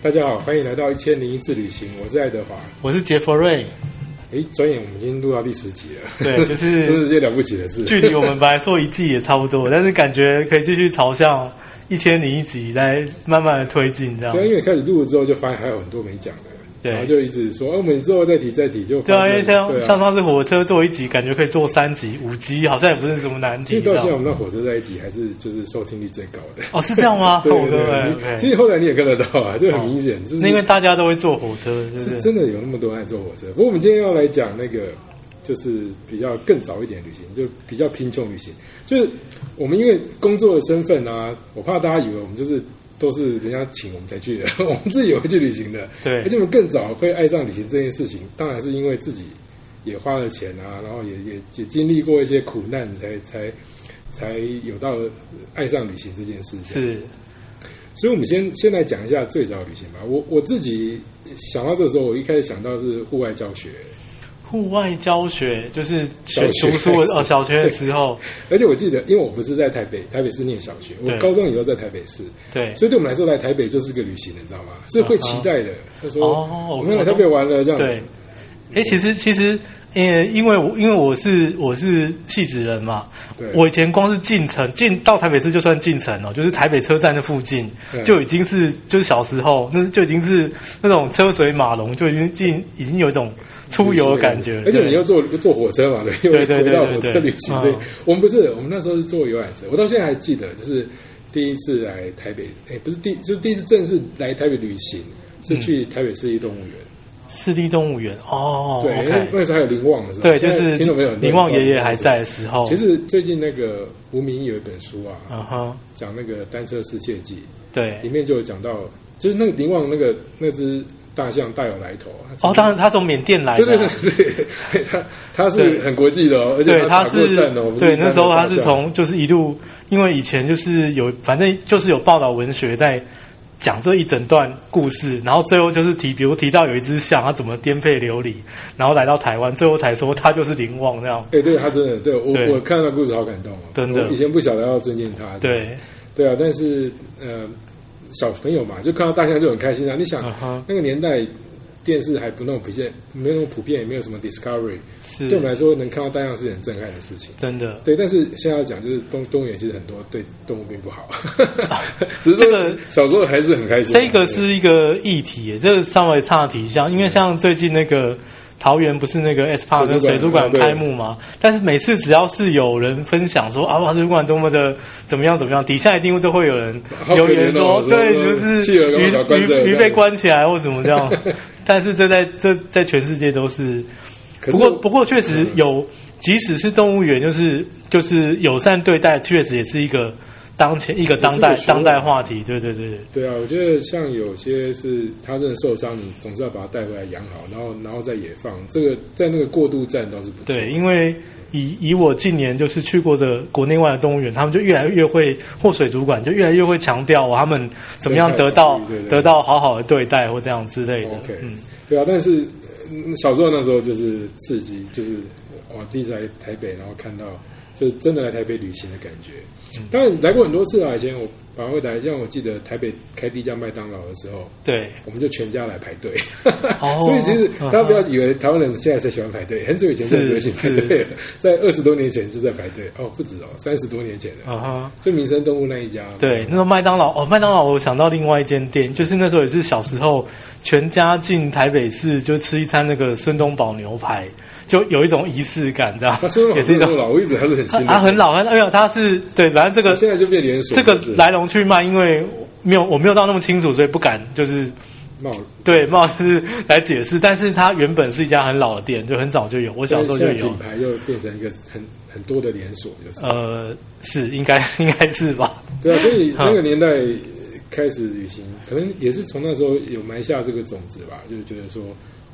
大家好，欢迎来到一千零一次旅行，我是爱德华。我是杰 佛瑞，诶，转眼我们已经录到第十集了， 对，就真是是件了不起的事。距离我们本来说一季也差不多，但是感觉可以继续朝向一千零一集来慢慢的推进，这样对，因为开始录了之后，就发现还有很多没讲的，对然后就一直说，哎、我们之后再提再提，就对发啊，因为现像、像啊。上次火车坐一集，感觉可以做三集、五集，好像也不是什么难其题，实到这现在，我样们那火车在一起还是就是收听率最高 的。哦，是这样吗？ 对哦对对， OK 你其实后来你也看得到啊，就很明显，就是哦那因为大家都会坐火车，对不是对？真的有那么多人爱坐火车。不过我们今天要来讲那个，就是比较更早一点的旅行，就比较贫穷旅行。就是我们因为工作的身份啊，我怕大家以为我们就是都是人家请我们才去的， 我们自己也会去旅行的。对而且我们更早会爱上旅行这件事情，当然是因为自己也花了钱啊，然后也也也经历过一些苦难才，才才有到爱上旅行这件事情。是所以，我们先先来讲一下最早旅行吧。我我自己想到这时候，我一开始想到是户外教学，户外教学，就是学 小学读书开始的哦，小学的时候，而且我记得，因为我不是在台北，台北市念小学，我对高中以后在台北市，对，啊所以对我们来说，来台北就是个旅行，你知道吗？是会期待的。就说哦我们要来我台北玩了，这样对，哎、其实其实，呃，因为我因为我是我是戏子人嘛，对我以前光是进城进到台北市就算进城哦，就是台北车站的附近对就已经是就是小时候那就已经是那种车水马龙，就已经进已经有一种出游的感觉了，而且你对又坐坐火车嘛，对，又对对回到对火车对旅行。这嗯我们不是，我们那时候是坐游览车，我到现在还记得，就是第一次来台北，哎，不是第，就是第一次正式来台北旅行，嗯是去台北市立动物园。市立动物园哦对，因为，OK，那时候还有林旺的时候，对，就现在是听众朋友很多林旺爷爷还的在的时候，其实最近那个吴明义有一本书啊，嗯哎哼，讲那个单车世界记，对里。面就有讲到，就是那个林旺那个那只大象大有来头啊。哦，当然他从缅甸来的对啊，对对对，他他是对很国际的哦，而且对，他打过是战哦。不对一般那时候他的是大象从就是一路，因为以前就是有反正就是有报道文学在讲这一整段故事，然后最后就是提，比如提到有一只象，它怎么颠沛流离，然后来到台湾，最后才说它就是林旺那样。哎，对他真的，对我对我看到故事好感动哦，真的我以前不晓得要尊敬他，对，对啊，但是呃，小朋友嘛，就看到大象就很开心啊。你想嗯哼，那个年代电视还不那么普遍，没有那么普遍，也没有什么 Discovery，是对我们来说能看到大象是很震撼的事情。真的。对，但是现在要讲就是动动物园其实很多对动物并不 好，只是这说个小时候还是很开心啊。这个是一个议题耶，这个稍微岔题一下，因为像最近那个桃园不是那个 S Park 水跟族馆水族馆啊对开幕嘛？但是每次只要是有人分享说啊，哇，水族馆多么的怎么样怎么样，底下一定都会有人好可怜哦留言说，说对，说就是企鹅干嘛把它关着鱼鱼这鱼样被关起来或怎么 这样。但是这在这在全世界都是，可是不过不过确实有，即使是动物园，就是就是友善对待，确实也是一个当前一个当代也是个学问当代话题。对对对对。对啊，我觉得像有些是他真的受伤，你总是要把它带回来养好，然后然后再野放。这个在那个过渡站倒是不错。对，因为以以我近年就是去过的国内外的动物园，他们就越来越会或水族馆就越来越会强调他们怎么样得到生态保育对对对得到好好的对待或这样之类的。 OK，嗯，对啊，但是嗯小时候那时候就是刺激，就是我第一次来台北，然后看到就是真的来台北旅行的感觉。嗯当然来过很多次啊，以前我爸会来，像我记得台北开第一家麦当劳的时候，对，我们就全家来排队。哦所以其实嗯大家不要以为台湾人现在才喜欢排队，很久以前就很流行排队了，在二十多年前就在排队哦，不止哦，三十多年前了。嗯哼。就民生动物那一家，对，那时候麦当劳哦，麦当劳，我想到另外一间店，就是那时候也是小时候全家进台北市就吃一餐那个孙东宝牛排，就有一种仪式感，这样它虽然也好是一像很种老，我一直还是很新的。啊很老，很哎呦，它是对，反正这个现在就变连锁，这个就是来龙去脉，因为没有我没有到那么清楚，所以不敢就是冒对冒就是来解释。但是它原本是一家很老的店，就很早就有，我小时候就现在有品。牌又变成一个很很多的连锁，就是呃，是应该 应该是吧？对啊，所以那个年代呃开始旅行，可能也是从那时候有埋下这个种子吧，就觉得说，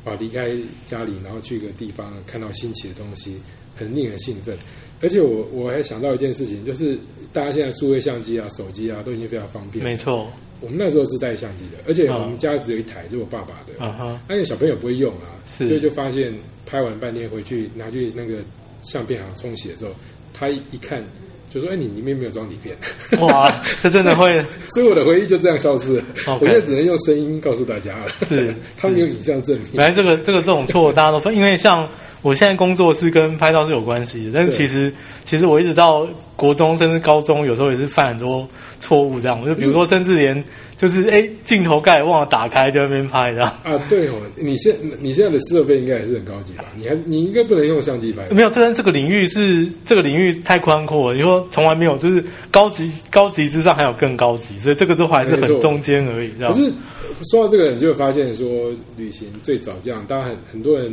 哇，离开家里，然后去一个地方，看到新奇的东西，很令人兴奋。而且我我还想到一件事情，就是大家现在数位相机啊、手机啊都已经非常方便。没错，我们那时候是带相机的，而且嗯我们家只有一台，就我爸爸的。嗯 哼，而且小朋友不会用啊，所是以就发啊现拍完半天回去拿去那个相片行冲洗的时候，他一看就说：“哎、你里面没有装底片。 哇，这真的会”所以我的回忆就这样消失了。 OK 我现在只能用声音告诉大家 了。是他们有影像证明。本来这个这个这种错大家都分，因为像我现在工作是跟拍照是有关系的，但是对其实其实我一直到国中甚至高中，有时候也是犯很多错误，这样就比如嗯说甚至连就是哎镜头盖忘了打开，就在那边拍这样。啊，对哦，你现你现在的设备应该也是很高级吧？你还你应该不能用相机拍吧，没有，但是这个领域是这个领域太宽阔了，你说从来没有，就是高级高级之上还有更高级，所以这个都还是没错很中间而已，这样可。是说到这个，你就会发现说，旅行最早这样，当然很很多人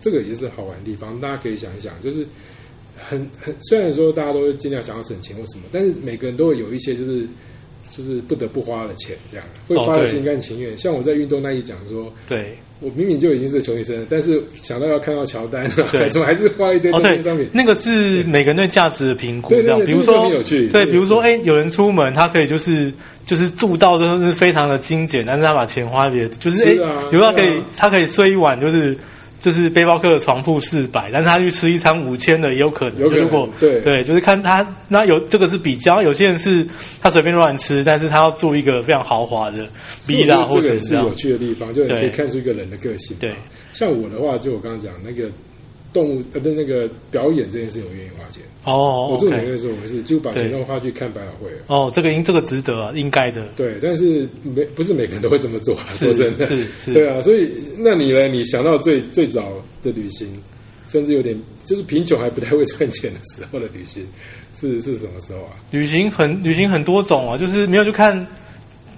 这个也是好玩的地方，大家可以想一想，就是很很虽然说大家都会尽量想要省钱或什么，但是每个人都会有一些就是 就是不得不花的钱，这样会哦花的对心甘情愿。像我在运动那一讲说，对，我明明就已经是穷学生了，但是想到要看到乔丹啊， 对还什么还是花一堆哦东对西上面，。那个是每个人对价值的评估，对对这样，对比如这个说很有趣这对，个比如说哎，有人出门他可以就是就是住到真的是非常的精简，但是他把钱花在别的，就是哎是啊，比如说他可对啊以他可以睡一晚就是。就是背包客的床铺四百，但是他去吃一餐五千的也有可能。有可能就如果对对，就是看他那有这个是比较，有些人是他随便乱吃，但是他要住一个非常豪华的我 B 觉啦得或这个者也这是样有。趣的地方，就是你可以对看出一个人的个性。对，像我的话，就我刚刚讲那个动物呃，不是那个表演这件事，我愿意花钱。哦我做演员，OK，的时候，我是就把钱对都花去看百老汇了。哦，这个应这个值得啊，应该的。对，但是没不是每个人都会这么做啊，说是真的，是是对啊。所以那你呢？你想到最最早的旅行，甚至有点就是贫穷还不太会赚钱的时候的旅行，是是什么时候啊？旅行很旅行很多种啊，就是没有就看，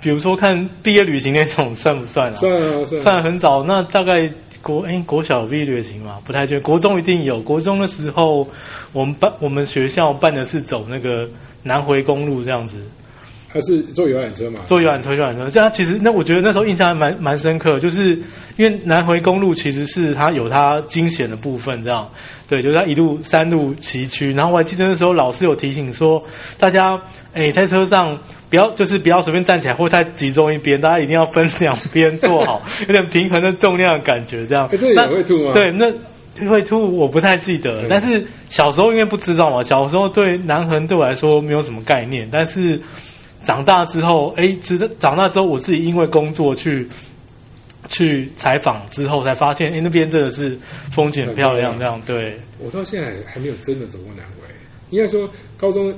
比如说看毕业旅行那种算不算啊？算啊算啊算很早，那大概国哎、国小有毕业旅行嘛，不太确定。国中一定有，国中的时候我们办我们学校办的是走那个南回公路这样子，还是坐游览车嘛？坐游览车，游览车。这样其实那我觉得那时候印象还蛮蛮深刻，就是因为南回公路其实是它有它惊险的部分，这样对，就是它一路山路崎岖。然后我还记得那时候老师有提醒说，大家哎在车上不要就是不要随便站起来或太集中一边，大家一定要分两边坐好，有点平衡的重量的感觉这样哎。这个那也会吐吗对，那。会吐我不太记得嗯，但是小时候因为不知道嘛，小时候对南横对我来说没有什么概念，但是长大之后，哎，知道长大之后，我自己因为工作去去采访之后，才发现，哎，那边真的是风景很漂亮，很漂亮这样对，我到现在还还没有真的走过南回，应该说高中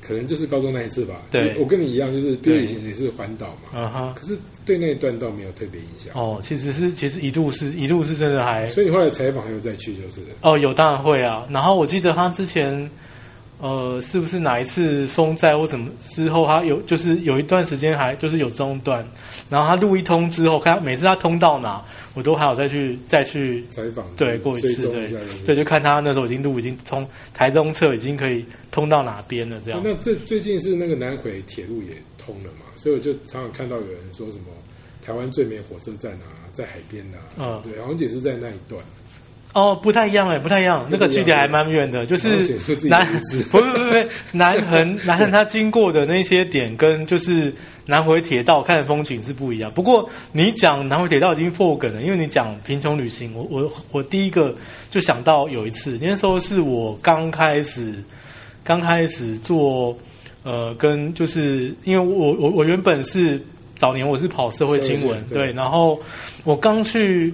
可能就是高中那一次吧。对我跟你一样，就是毕业旅行也是环岛嘛，嗯哼，可是对那一段倒没有特别印象。哦，其实是其实一度是一度是真的还所以你后来采访还有再去，就是了哦有当然会啊，然后我记得他之前。呃，是不是哪一次风灾或怎么之后，他有就是有一段时间还就是有中断，然后他路一通之后，看每次他通到哪，我都还有再去再去采访，对，过一嗯追次，踪对一下就是。，对，就看他那时候已经路已经从台东侧已经可以通到哪边了，这样。那这最近是那个南回铁路也通了嘛，所以我就常常看到有人说什么台湾最美火车站啊，在海边啊，嗯对，好像也是在那一段。哦，不太一样哎，不太一样，那个距离还蛮远的，就然后是显出自己的南无知 不不不不南横 南横它经过的那些点跟就是南回铁道看的风景是不一样。不过你讲南回铁道已经破梗了，因为你讲贫穷旅行，我我我第一个就想到有一次，那时候是我刚开始刚开始做呃跟就是因为我我我原本是早年我是跑社会新社会新闻闻对对，然后我刚去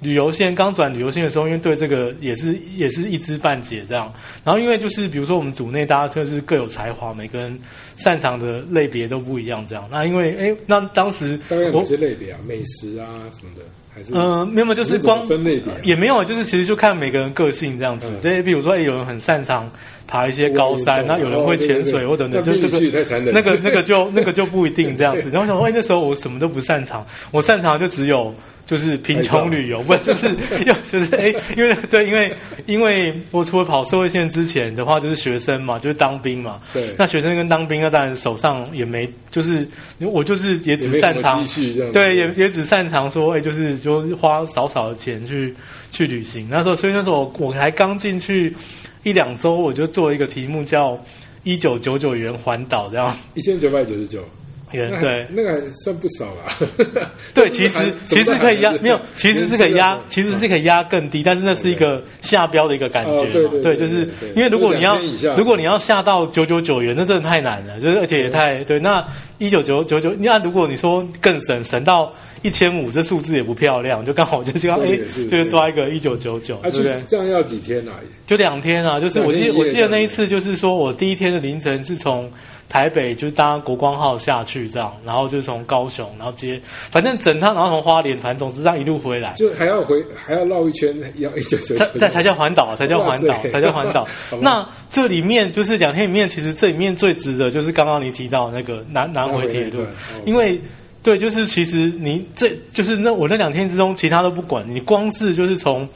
旅游线刚转旅游线的时候，因为对这个也是也是一知半解这样。然后因为就是比如说我们组内大家就是各有才华，每个人擅长的类别都不一样这样。那因为哎，那当时大概有我哪些类别啊？美食啊什么的，还是呃，没有没有，就还是怎么光分类别啊也没有，就是其实就看每个人个性这样子嗯。这、比如说，哎、有人很擅长爬一些高山，运那动有人会潜水哦或者对对对等等，就那命这运个太残忍了那个那个就那个就不一定这样子。然后我想说，哎、那时候我什么都不擅长，我擅长的就只有。就是贫穷旅哎游，不就是 要就是哎、因为对，因为因为我除了跑社会线之前的话，就是学生嘛，就是当兵嘛。对那学生跟当兵，那当然手上也没，就是我就是也也只没什擅么长积蓄这样子。对，也也只擅长说，哎、就是就是花少少的钱去去旅行。那时候，所以那时候我我才刚进去一两周，我就做一个题目叫“一九九九元环岛”这样。一千九百九十九， 元那还对那个还算不少啦。对， 但是其还实其实可以压，没有，其实是可以压，其实是可以压更低，但是那是一个下标的一个感觉哦对嘛对对对，就是对对因为如果你要就是2000以下如果你要下到九九九元，那真的太难了，就是而且也太对。那一九九九九，那如果你说更省，省到一千五，这数字也不漂亮，就刚好就是要是哎也是，就是抓一个一九九九，啊，对去不对？这样要几天啊？就两天啊，就是两我天记一夜我记得那这一样子次，就是说我第一天的凌晨是从台北就是搭国光号下去这样，然后就是从高雄，然后接反正整趟，然后从花莲，反正总之这样一路回来，就还要回，还要绕一圈，要一九九才九，才才叫环岛啊，才叫环岛哇，塞才叫环岛好吧。那这里面就是两天里面，其实这里面最值得就是刚刚你提到那个南南回铁路南回那一段哦，因为对，就是其实你这就是那我那两天之中，其他都不管，你光是就是从。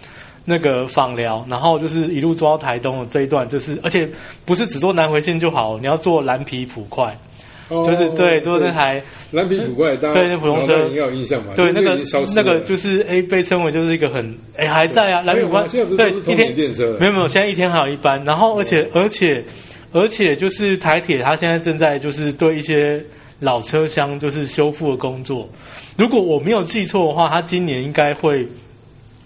那个访寮，然后就是一路坐到台东的这一段，就是而且不是只坐南回线就好，你要坐蓝皮普快，哦就是对坐那台蓝皮古怪，大家对那普通车老板应该有印象吧？对，就那是已个经消失那了个就是哎，被称为就是一个很哎还在啊，蓝还雨有关吗现在不是对都是一通天勤电车了哦没有没有，现在一天还有一班，然后而且而且而且就是台铁它现在正在就是对一些老车厢就是修复的工作，如果我没有记错的话，它今年应该会。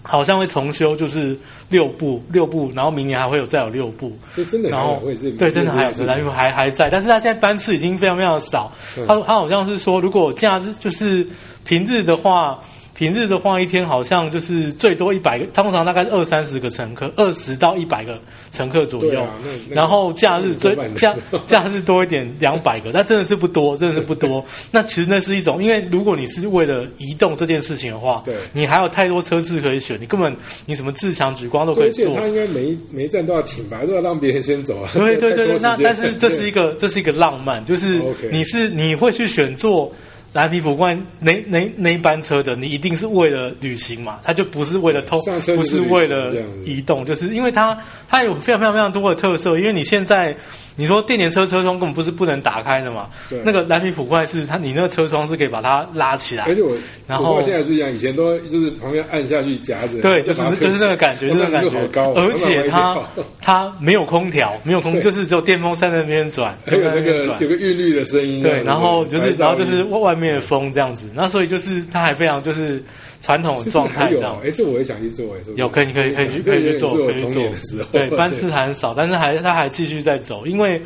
好像会重修，就是六部六部，然后明年还会有再有六部，所以真的然还有后会是对，真的还有是是蓝雨还还在，但是他现在班次已经非常非常少。嗯他他好像是说，如果假日就是平日的话，平日的话一天好像就是最多一百个，通常大概是二三十个乘客，二十到一百个乘客左对右。啊，那那个然后假日最那怎么办呢假假日多一点两百个， 但真的是不多，真的是 不多。那其实那是一种，因为如果你是为了移动这件事情的话，对你还有太多车次可以选，你根本你什么自强举光都可对以而且做。他应该每一每一站都要停吧，都要让别人先走啊。对对再拖对对，那时间但 是这是一个这是一个浪漫，就是 OK 你是你会去选坐蓝皮普冠那那那一班车的，你一定是为了旅行嘛，他就不是为了偷上，车不就是是旅行为了这样子移动，就是因为它它有非常非常非常多的特色，因为你现在你说电联车车窗根本不是不能打开的嘛对，那个蓝皮普冠是它你那个车窗是可以把它拉起来而，且哎我，然后我爸现在是一样，以前都就是旁边按下去夹着，对，再就是把它推就是那个感觉，起就是来那个感哦那个觉好高哦，而且它它它没有空调，没有空， 对就是只有电风扇在那边转，还 有在那边个转有个韵律的声音啊，对，然后就是，白噪然后就是音外外面的风这样子，那所以就是它还非常就是传统的状态其这实还样有，。哎，这我也想去做，哎，是不是有可以可以可以去这可个以也去做是我可以去童做年的时候， 对，班次还很少，但是还它还继续在走，因为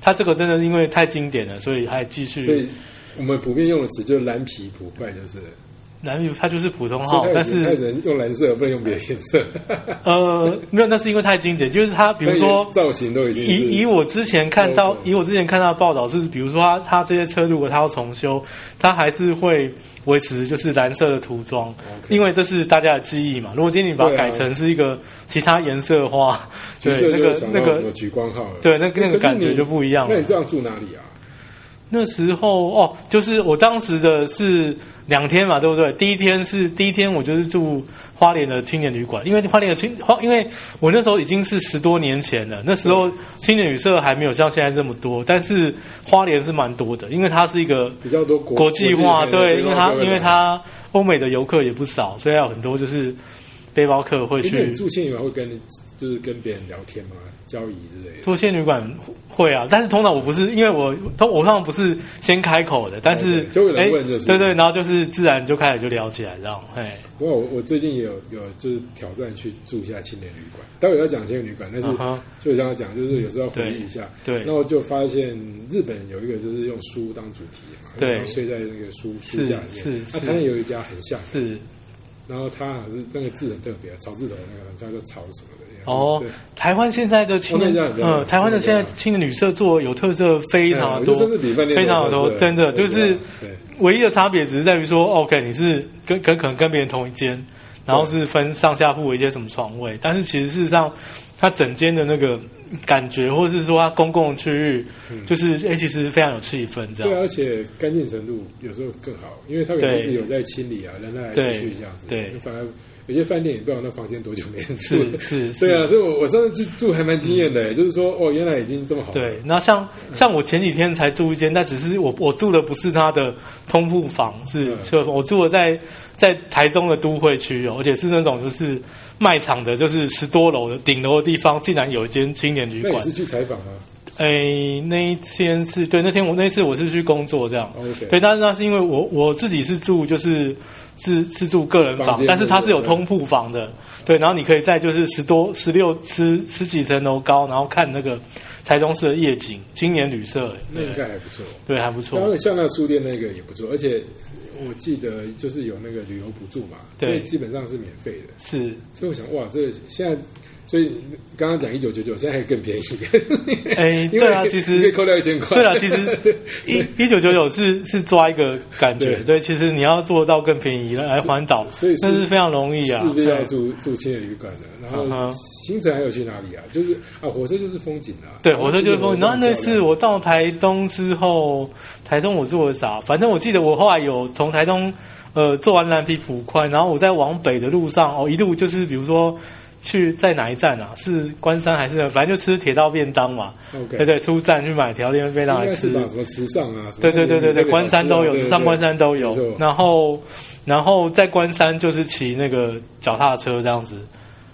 它这个真的因为太经典了，所以还继所以续。我们普遍用的词就是蓝皮普怪，就是蓝宇它就是普通号，他但是只能用蓝色，不能用别的颜 色。呃没有，那是因为太经典，就是它比如说 但也造型都已经是嗯以以我之前看到，以我之前看到的报道是，比如说他他这些车如果他要重修，他还是会维持就是蓝色的涂装 OK 因为这是大家的记忆嘛。如果今天你把它对啊改成是一个其他颜色的话，橘对色那就会个想那到什个么橘光号了，对那个那可是个感觉你就不一样了那你这样住哪里啊？那时候哦，就是我当时的是两天嘛，对不对？第一天是第一天，我就是住花莲的青年旅馆，因为花莲的青花，因为我那时候已经是十多年前了，那时候青年旅社还没有像现在这么多，但是花莲是蛮多的，因为它是一个比较多国国际化，国对，因为它背包客的因为它欧美的游客也不少，所以有很多就是背包客会因为你去住青旅馆会跟就是跟别人聊天嘛，交易之类的。做仙旅馆会啊，但是通常我不是，因为我通我通常不是先开口的，但是哎 OK，就有人问就是对对，然后就是自然就开始就聊起来这样，哎，不过我我最近也有有就是挑战去住一下青年旅馆，待会要讲青年旅馆，但是嗯哼就这样讲，就是有时候要回忆一下。对对那我就发现日本有一个就是用书当主题嘛，对然后睡在那个书书是架里面。是那是台湾有一家很像，是然后它好像是那个字很特别，草字头那个叫做草什么的。哦对，台湾现在的青年哦那家很，漂亮呃，台湾的现在青年旅社做有特色非常的哎对我觉得甚多至，比饭店非常的多，都真的就对啊是对唯一的差别只是在于说，OK，你是跟跟可能跟别人同一间，然后是分上下铺的一些什么床位，但是其实事实上，它整间的那个感觉，或者是说它公共区域，就是哎、其实非常有气氛这嗯对，啊样。而且干净程度有时候更好，因为他们啊对一直有在清理啊，人来来对去去这样子。对反而有些饭店也不知道那房间多久没人住了是。是是，嗯对啊，所以我我上次去住还蛮惊艳的、就是说哦，原来已经这么好。对，那像像我前几天才住一间，但只是我我住的不是它的通铺房，是嗯是我住的在在台中的都会区哦，而且是那种就是卖场的，就是十多楼的顶楼的地方，竟然有一间青年旅那你馆是。去采访吗？啊诶，哎那一天是对，那天我那一次我是去工作这样， OK，对，但是那是因为我我自己是住就是是是住个人房房间，但是它对是有对通铺房的，对，然后你可以在就是十多十六十十几层楼高，然后看那个台中市的夜景，青年旅社，哎那应对该还不错。对，还不错然，后像那书店那个也不错，而且我记得就是有那个旅游补助嘛，所对以基本上是免费的。是，所以我想，哇，这个现在，所以刚刚讲一九九九，现在还更便宜。 哎，因为对啊，其你可以实。扣掉一千块。对啊，其 实一一九九九是是抓一个感觉，对对，其实你要做到更便宜来环岛，所以是那是非常容易啊，势必要对住住青年旅馆的。然嗯后哼行程还有去哪里啊？就是啊，火车就是风景啊。对，然后火车就是风青景。然后年旅馆那次很漂亮我到台东之后，台东我做了啥？反正我记得我后来有从台东呃做完蓝皮普宽，然后我在往北的路上哦，一路就是比如说去在哪一站啊？是关山还是反正就吃铁道便当嘛。 OK，对对，出站去买铁道便当来应该是吃吧？。什么池上啊？什么对对对对对，关山都有，对对上关山都有没错。然后然后在关山就是骑那个脚踏车这样子。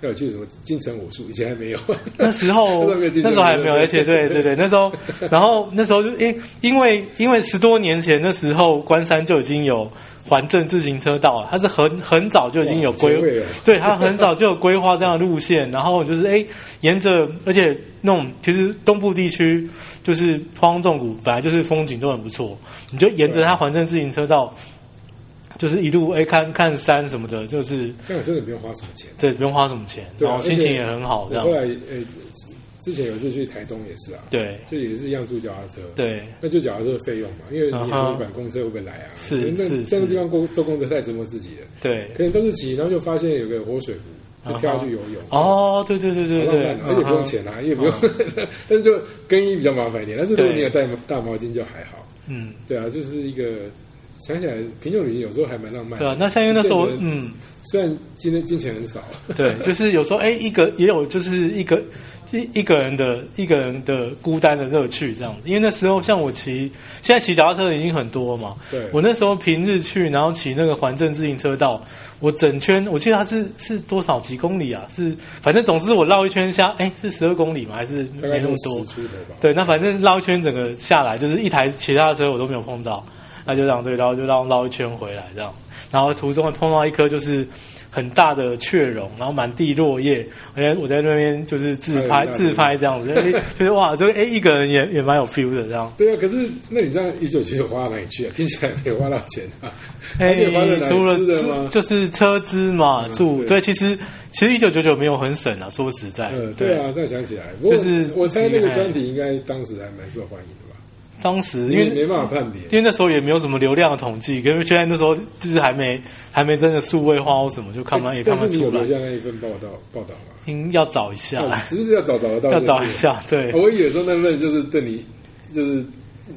要有去什么京城武术，以前还没有。那 时候那时候没有竞争那时候还没有，对而且对对对，那时候，然后那时候就因因为因为十多年前那时候关山就已经有环镇自行车道了，它是很很早就已经有哇规前卫哦，对它很早就有规划这样的路线，然后就是哎沿着，而且那种其实东部地区就是荒纵谷本来就是风景都很不错，你就沿着啊它环镇自行车道。就是一路哎看看山什么的，就是这样真的不用花什么钱。对不用花什么钱，对啊然后哦心而且情也很好，我这样后来呃，之前有一次去台东也是啊，对就也是一样租脚踏车。对。那就脚踏车的费用嘛，因为你也嗯不哼管公车会不会来啊。是可能那是那个是地方公坐公车太折磨自己了，对，可能都是骑，然后就发现有个活水湖，就跳下去游泳。哦，对对对对好浪对漫，而且不用嗯哼，钱啊，因为不用， 但是就更衣比较麻烦一点。但是如果对你有带大毛巾就还好。嗯，对啊，就是一个想起来贫穷旅行有时候还蛮浪漫对的。啊，那像因为那时候这个，嗯，虽然今天金钱很 少，对，就是有时候哎，一个也有就是一个一一个人的一个人的孤单的乐趣这样子，因为那时候像我骑，现在骑脚踏车的已经很多嘛，对，我那时候平日去，然后骑那个环镇自行车道，我整圈，我记得它是是多少几公里啊？是反正总之我绕一圈下，哎，是十二公里吗？还是 大没概那都么多十？出头吧。对，那反正绕一圈整个下来，就是一台其他的车我都没有碰到，那就这样对，然后就绕绕一圈回来这样，然后途中会碰到一颗就是很大的雀榕，然后满地落叶，我在我在那边就是自哎拍那自拍这样子，哎，就是哇，就哎一个人也也蛮有 feel 的这样，对啊，可是那你这样一九九九花到哪里去啊？听起来没有花到钱 啊。哎那你花在哪，里除了吃的住吗就是车资嘛，嗯住对对，其实其实一九九九没有很省啊，说实在呃，，对啊，这样想起来，不过就是我猜那几个个专题应该当时还蛮受欢迎的吧？当时因因为为没办法判别。因为那时候也没有什么流量的统计，因为现在那时候就是还没还没真的数位化或什么，就看不但也看但不是你有出来留，下那一份报道报道 吗？应要找一下，哦只是要找找得到，哦要找一。下，对，我以为说那份就是对你就是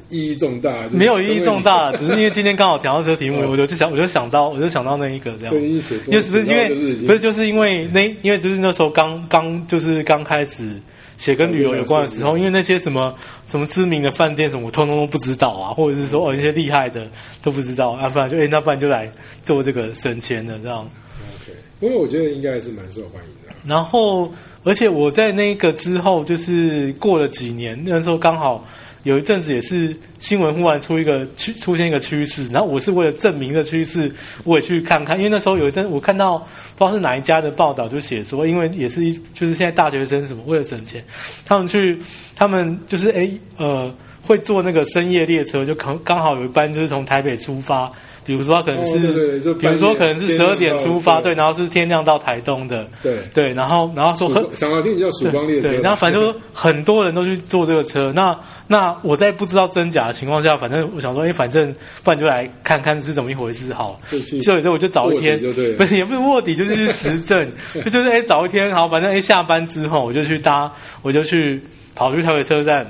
意义重大，就是没有意义重大，只是因为今天刚好讲到这个题目，哦我就就想我就想到我就想到那一个这样对，就。已经写多因为不是因然后就是已为经不是就是因为那因为就是那时候刚刚就是刚开始写跟旅游有关的时候，因为那些什么什么知名的饭店什么，我通通都不知道啊，或者是说哦一些厉害的都不知道啊，不然就哎、那不然就来做这个省钱的这样。 OK，因为我觉得应该还是蛮受欢迎的啊。然后，而且我在那个之后，就是过了几年，那时候刚好有一阵子也是新闻忽然出一个趋出现一个趋势，然后我是为了证明这趋势，我也去看看，因为那时候有一阵我看到不知道是哪一家的报道，就写说，因为也是一就是现在大学生什么为了省钱，他们去他们就是诶呃。会坐那个深夜列车，就刚刚好有一班就是从台北出发，比如说他可能是，哦对对对就比如说可能是半夜十二点出发，天对，然后是天亮到台东的，对，对，然后然后说曙很光想要听你叫曙光列车，对，那反正就很多人都去坐这个车。那那我在不知道真假的情况下，反正我想说，哎，反正不然就来看看是怎么一回事好了。就去所以所以我就找一天卧底就对了，不是也不是卧底，就是去实 证，就是哎找一天好，反正哎下班之后我就去搭，我就去跑去台北车站。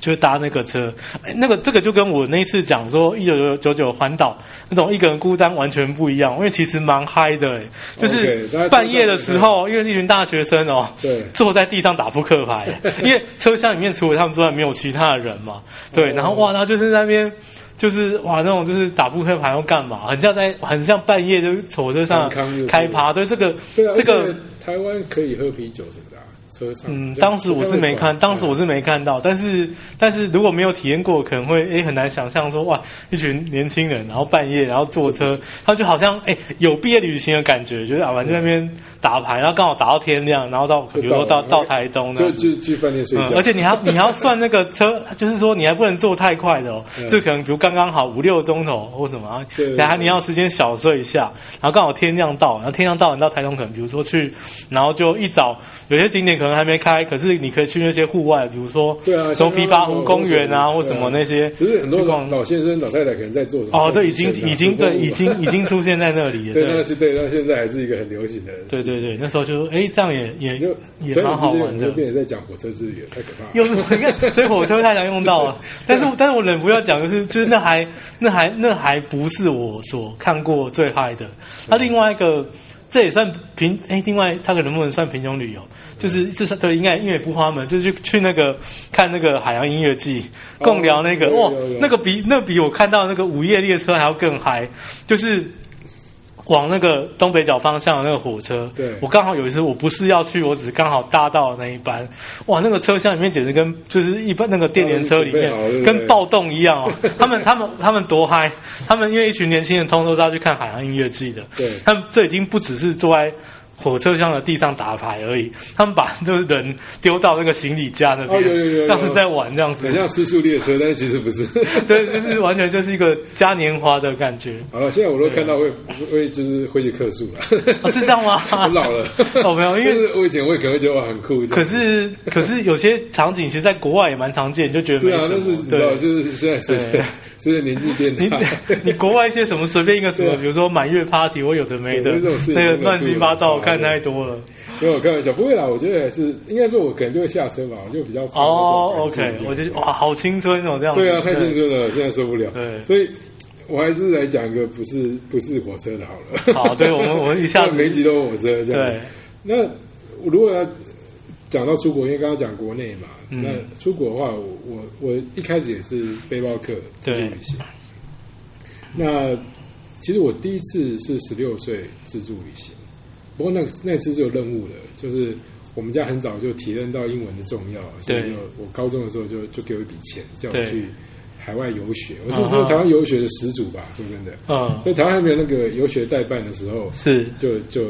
就搭那个车，哎那个这个就跟我那一次讲说一九九九九环岛那种一个人孤单完全不一样，因为其实蛮嗨的、哎就是 OK，大家半夜的时候，因为是一群大学生哦、对坐在地上打扑克牌，因为车厢里面除了他们之外没有其他的人嘛。对，哦然后哇，然后就是在那边就是哇那种就是打扑克牌要干嘛？很像在很像半夜就是火车上康康就是开趴。对，这个对啊，这而个且台湾可以喝啤酒什么的啊，车上。嗯，像当时我是没看，当时我是没看到，但是但是如果没有体验过，可能会诶很难想象说哇，一群年轻人然后半夜然后坐车，他们就好像诶有毕业旅行的感觉，就是啊反正那边打牌，然后刚好打到天亮，然后到比就如说到到了到台东这就样子就去饭店睡嗯觉，，而且你还要你还要算那个车， 就是说你还不能坐太快的哦，就可能比如刚刚好五六钟头或什么，然后嗯对对然后对你要时间小睡一下，然后刚好天亮到，然后天亮到你到台东可能比如说去，然后就一早有些景点可能还没开，可是你可以去那些户外，比如说对啊，什么像琵刚琶刚湖我公园啊我或说什的么对啊那些只是很多地老方老先生、老太太可能在做什么？哦，这已经健身啊已经对，已。徒步经啊已经出现在那里了，对，那对是对，那现在还是一个很流行的。对对，对，那时候就哎这样也也就也蛮好所以我玩们的就。变成在讲火车之旅了，太可怕了。 又是你看，所以火车太常用到 了。但是，但是我忍不住要讲，就是就是那还那还那还不是我所看过最嗨的。那、另外一个，这也算贫哎、另外它可能不能算贫穷旅游，就是至少对，应该因为不花门，就是去去那个看那个海洋音乐季，哦共聊那个有哇、有有那个比那比我看到那个午夜列车还要更嗨，就是。往那个东北角方向的那个火车，对我刚好有一次我不是要去，我只是刚好搭到那一班，哇，那个车厢里面简直跟就是一般那个电联车里面他哦们准备好了对不对跟暴动一 样哦。他们他们他们多嗨！他们因为一群年轻人通通都是要去看海洋音乐季的，对他们这已经不只是坐在。火车厢的地上打牌而已，他们把就是人丢到那个行李架那边，哦有有有有当时在玩这样子 很，像失速列车，但是其实不是。对，就是完全就是一个嘉年华的感觉，好了，现在我都看到会会就是会去客诉 了。哦、是这样吗？我 老了，哦没有因为就是我以前我也可能会觉得哦哇很酷，可是可是有些场景其实在国外也蛮常见，你就觉得是没啊，什么。但是你知道，对，就是现在随对着随着年纪变你大， 你国外一些什么随便一个什么，对啊比如说满月 party 或有的没的对这种事，情那个根本乱七八糟，就我看太多啊了。因为我开玩笑，不会啦，我觉得还是应该说，我可能就会下车吧，我就比较怕哦那种环，OK，境我觉得哇，好青春哦，这样子。啊对啊，太青春了，现在受不了。对所以我还是来讲一个不是不是火车的好了。好对我们我们 一下子每一集都有火车这样。对，那我如果要讲到出国，因为刚刚讲国内嘛，嗯那出国的话，我我我一开始也是背包客自助对旅行。那其实我第一次是十六岁自助旅行，不过那个那次是有任务的，就是我们家很早就体认到英文的重要，所以对就我高中的时候就就给我一笔钱，叫我对去海外游学。我是啊说哈台湾游学的始祖吧，说真的。嗯，所以台湾还没有那个游学代办的时候，是就就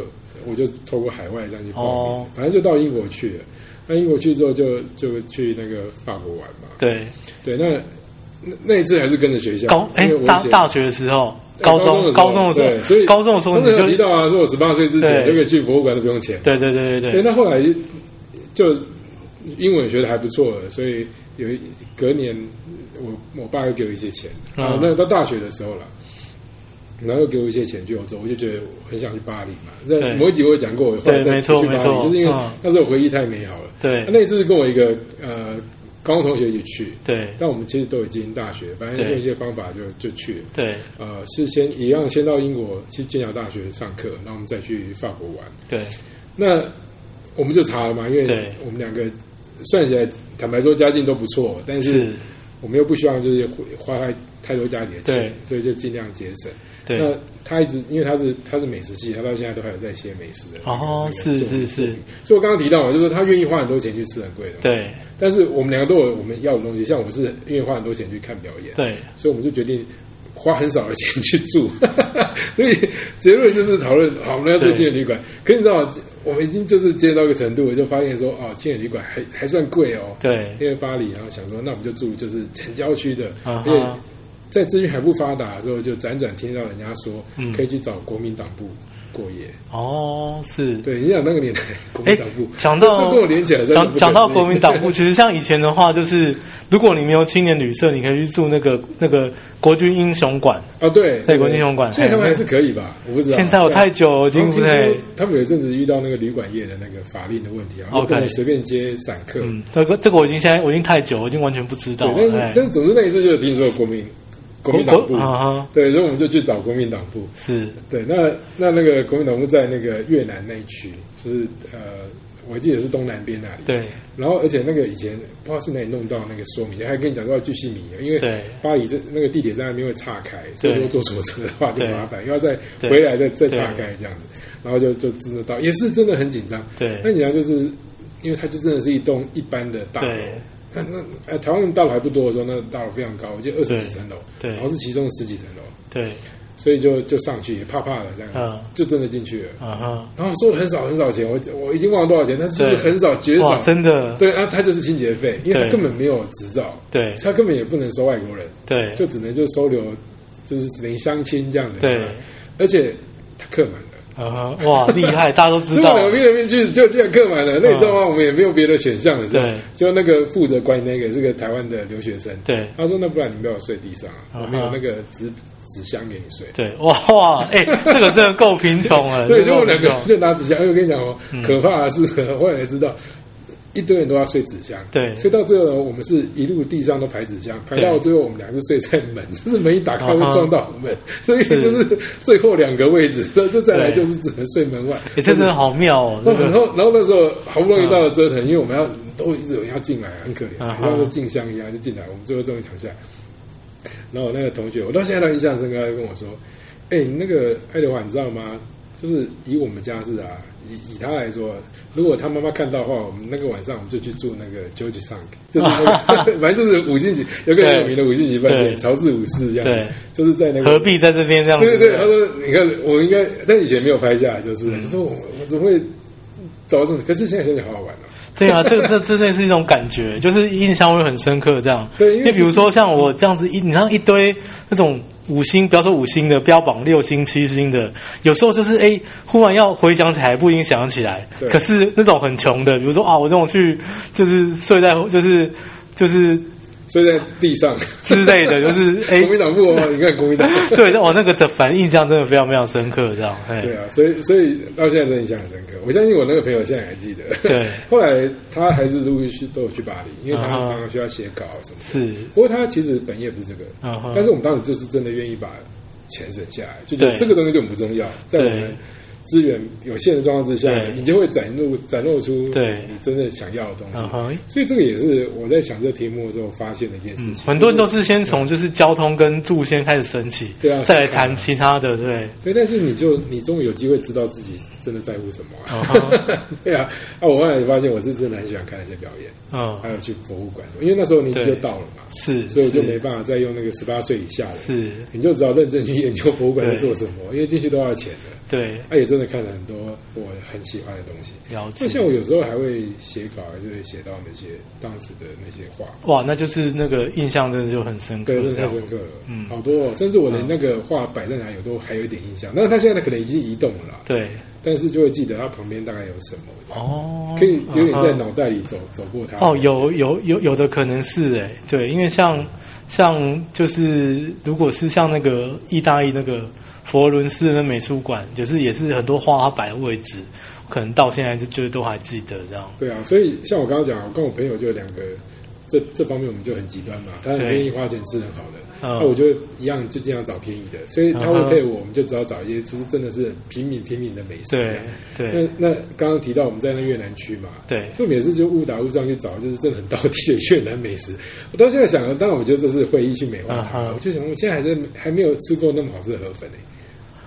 我就透过海外这样去报名，哦反正就到英国去了。那英国去之后就就去那个法国玩嘛。对。对，那那那一次还是跟着学校高哎啊因为我，以大前大学的时候，对高中高高中中的的时候对时候，所以高中的时候真你的就有提到啊，说我十八岁之前对就可以去博物馆都不用钱。对对对对对，对那后来就英文学的还不错了，所以有一隔年我我爸又给我一些钱，嗯啊，那到大学的时候了。然后又给我一些钱去欧洲，我就觉得我很想去巴黎嘛。那对某一集我也讲过，我后来对再没错去巴黎没错就是因为嗯那时候回忆太美好了。对那一次是跟我一个呃高中同学一起去，对但我们其实都已经大学，反正对用一些方法就就去了。对呃，是先一样先到英国去剑桥大学上课，然后我们再去法国玩。对那我们就查了嘛，因为对我们两个算起来，坦白说家境都不错，但是是，我们又不希望就是花太太多家里的钱对，所以就尽量节省。那对他一直因为他是他是美食系，他到现在都还有在写美食的那个。哦那个作是品是是，所以我刚刚提到嘛，就是说他愿意花很多钱去吃很贵的东西，对但是我们两个都有我们要的东西，像我是愿意花很多钱去看表演，对所以我们就决定花很少的钱去住， 所以结论就是讨论好，我们要住青年旅馆。可是你知道，我们已经就是接到一个程度，就发现说哦，青年旅馆还还算贵哦，对因为巴黎，然后想说那我们就住就是很郊区的，啊因为哈在资讯还不发达的时候，就辗转听到人家说嗯可以去找国民党部过夜。哦是。对，你想那个年代国民党 部，讲这到这跟我连起来真的讲不可讲到思议国民党部，其实像以前的话，就是如果你没有青年旅社，你可以去住那个那个国军英雄馆。啊，对，对国际雄馆现在他们嘿还是啊可以吧？我不知道。现在我太久了已经然后不听太说他们有一阵子遇到那个旅馆业的那个法令的问题啊，然后 OK 不能随便接散客。哦嗯，这个这个我已经现在我已经太久，我已经完全不知道对，了。但是哎但是总之那一次就听说国民国民党部国，啊哈，对，所以我们就去找国民党部。是对，那那那个国民党部在那个越南那一区，就是呃，我记得是东南边那里。对然后，而且那个以前不知道是哪里弄到那个说明，还跟你讲到巨细米，啊因为对巴黎这那个地铁站那边会岔开，所以对如果坐火车的话就对麻烦，又要再对回来再再岔开这样子，然后就就真的到也是真的很紧张。对那你要就是因为它就真的是一栋一般的大楼对。那那呃，台湾大楼还不多的时候，那大楼非常高，我记得二十对几层楼，对然后是其中十几层楼，对，所以就就上去也怕怕的这样，嗯就真的进去了。嗯哼，然后收了很少很少钱，我我已经忘了多少钱，但是就是对很少绝哇，少。真的，对，啊，他就是清洁费，因为他对根本没有执照，对所以他根本也不能收外国人，对就只能就收留，就是只能相亲这样子。对，而且他客满了。嗯哼，哇，厉害，大家都 知这道嗯么，两边来面去，就竟然客满了。那你知道吗？我们也没有别的选项了。这样对，就那个负责管理那个是个台湾的留学生，对他说：“那不然你不要睡地上啊，嗯哼我们有那个纸纸箱给你睡。”对，哇哇，哎，这个真的够贫穷 了，对，这嗯就我个们够两贫个穷，就拿纸箱。哎，我跟你讲哦，可怕的是，后来才知道，一堆人都要睡纸箱。对所以到最后呢，我们是一路地上都排纸箱，排对到最后我们两个睡在门， 就是门一打开会嗯哼撞到我们，所以是就是最后两个位置， 那这再来对就是只能睡门外。 哎，这真的好妙哦，那这然个，啊后，然后那时候好不容易到了折腾，因为我们要都一直有人要进来，很可怜，嗯像是进香一样就进来。我们最后终于躺下来。然后我那个同学，我到现在都印象深刻，他就跟我说：“哎、你那个爱德华，你知道吗？就是以我们家是啊，以以他来说，如果他妈妈看到的话，我们那个晚上我们就去住 那个 George Sunk，就是那个反正就是五星级，有个很有名的五星级饭对店，乔治五世这样，对，就是在那个何必在这边这样子？对对对，他说：“你看，我应该，但以前没有拍下来，就是，就说我我怎么会找到这种？可是现在想想好好玩哦、对啊，这个这这真的是一种感觉，就是印象会很深刻。这样，对因为因为比就是如说像我这样子一，你像一堆那种五星，不要说五星的，标榜六星、七星的，有时候就是哎，忽然要回想起来，不一定想起来对。可是那种很穷的，比如说啊，我这种去就是睡在就是就是所以在地上，之类的，就是哎 国，民党不哦，你看国民党，对，哦我那个的反正印象真的非常非常深刻。这样，哎，对啊，所以所以到现在真的印象很深刻。我相信我那个朋友现在还记得。对， 后来他还是陆续去都有去巴黎，因为他嗯哼常常需要写稿什么的。是，不过他其实本业不是这个，嗯哼，但是我们当时就是真的愿意把钱省下来，就觉得对这个东西对我们不重要，在我对们资源有限的状况之下，对你就会展露展露出对你真的想要的东嗯西。哼。所以这个也是我在想这个题目的时候发现的一件事情。很多人都是先从就是交通跟住先开始升起，对啊再来先看啊谈其他的，对，对，但是你就你终于有机会知道自己真的在乎什么、啊。嗯哼 对啊，啊，我后来发现我是真的很喜欢看那些表演，嗯，还有去博物馆什么，因为那时候年纪就对到了嘛，是，所以我就是没办法再用那个十八岁以下的，是，你就只好认真去研究博物馆在对做什么，因为进去都要钱的。对，他、也真的看了很多我很喜欢的东西。了那像解。我有时候还会写稿，还是会写到那些当时的那些话。哇，那就是那个印象真的就很深刻，对，真的这太样深刻了，嗯好多、哦，甚至我连那个画摆在哪里，我都还有一点印象。但是它现在可能已经移动了啦，对，但是就会记得它旁边大概有什么，哦，可以有点在嗯哼脑袋里走走过它。哦，有有有有的可能是哎，对，因为像像就是如果是像那个意大利那个佛罗伦斯的美术馆，就是也是很多花摆的位置，可能到现在就就都还记得这样，对啊，所以像我刚刚讲，我跟我朋友就有两个，这这方面我们就很极端嘛，他很对愿意花钱吃很好的，嗯那我就一样就尽量找便宜的，所以他会嗯哼配我，我们就只好找一些就是真的是平民平民的美食这对样。对那那刚刚提到我们在那越南区嘛，对，所以每次就误打误撞去找，就是真的很道地的越南美食。 我到现在想，当然我觉得这是会议去美化它。嗯哼我就想，我现在还在还没有吃过那么好吃的河粉呢、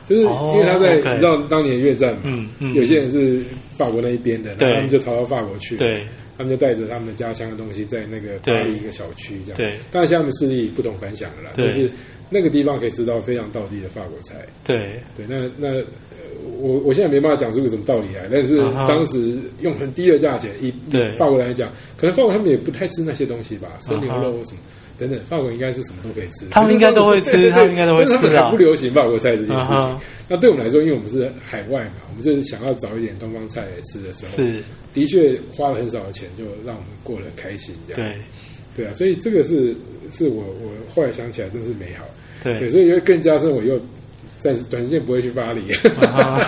就是哦因为他在、 OK 你知道当年越战嘛，嗯嗯有些人是法国那一边的，然对后他们就逃到法国去，对他们就带着他们的家乡的东西在那个对巴黎一个小区这样。对当然现在他们势力不同凡响了啦，对但是那个地方可以吃到非常道地的法国菜。对对，那那呃我我现在没办法讲出个什么道理来，但是啊哈当时用很低的价钱，以对以法国人来讲，可能法国他们也不太吃那些东西吧，生牛啊哈肉什么。等等，法国应该是什么都可以吃，他们应该都会吃对对对他们应该都会吃啊但是他们还不流行法国菜这件事啊情哈。那对我们来说，因为我们是海外嘛，我们就是想要找一点东方菜来吃的时候，是，的确花了很少的钱，就让我们过得很开心这样。对对啊，所以这个是是我我后来想起来真是美好。对，对所以会更加深我又暂时短时间不会去巴黎。啊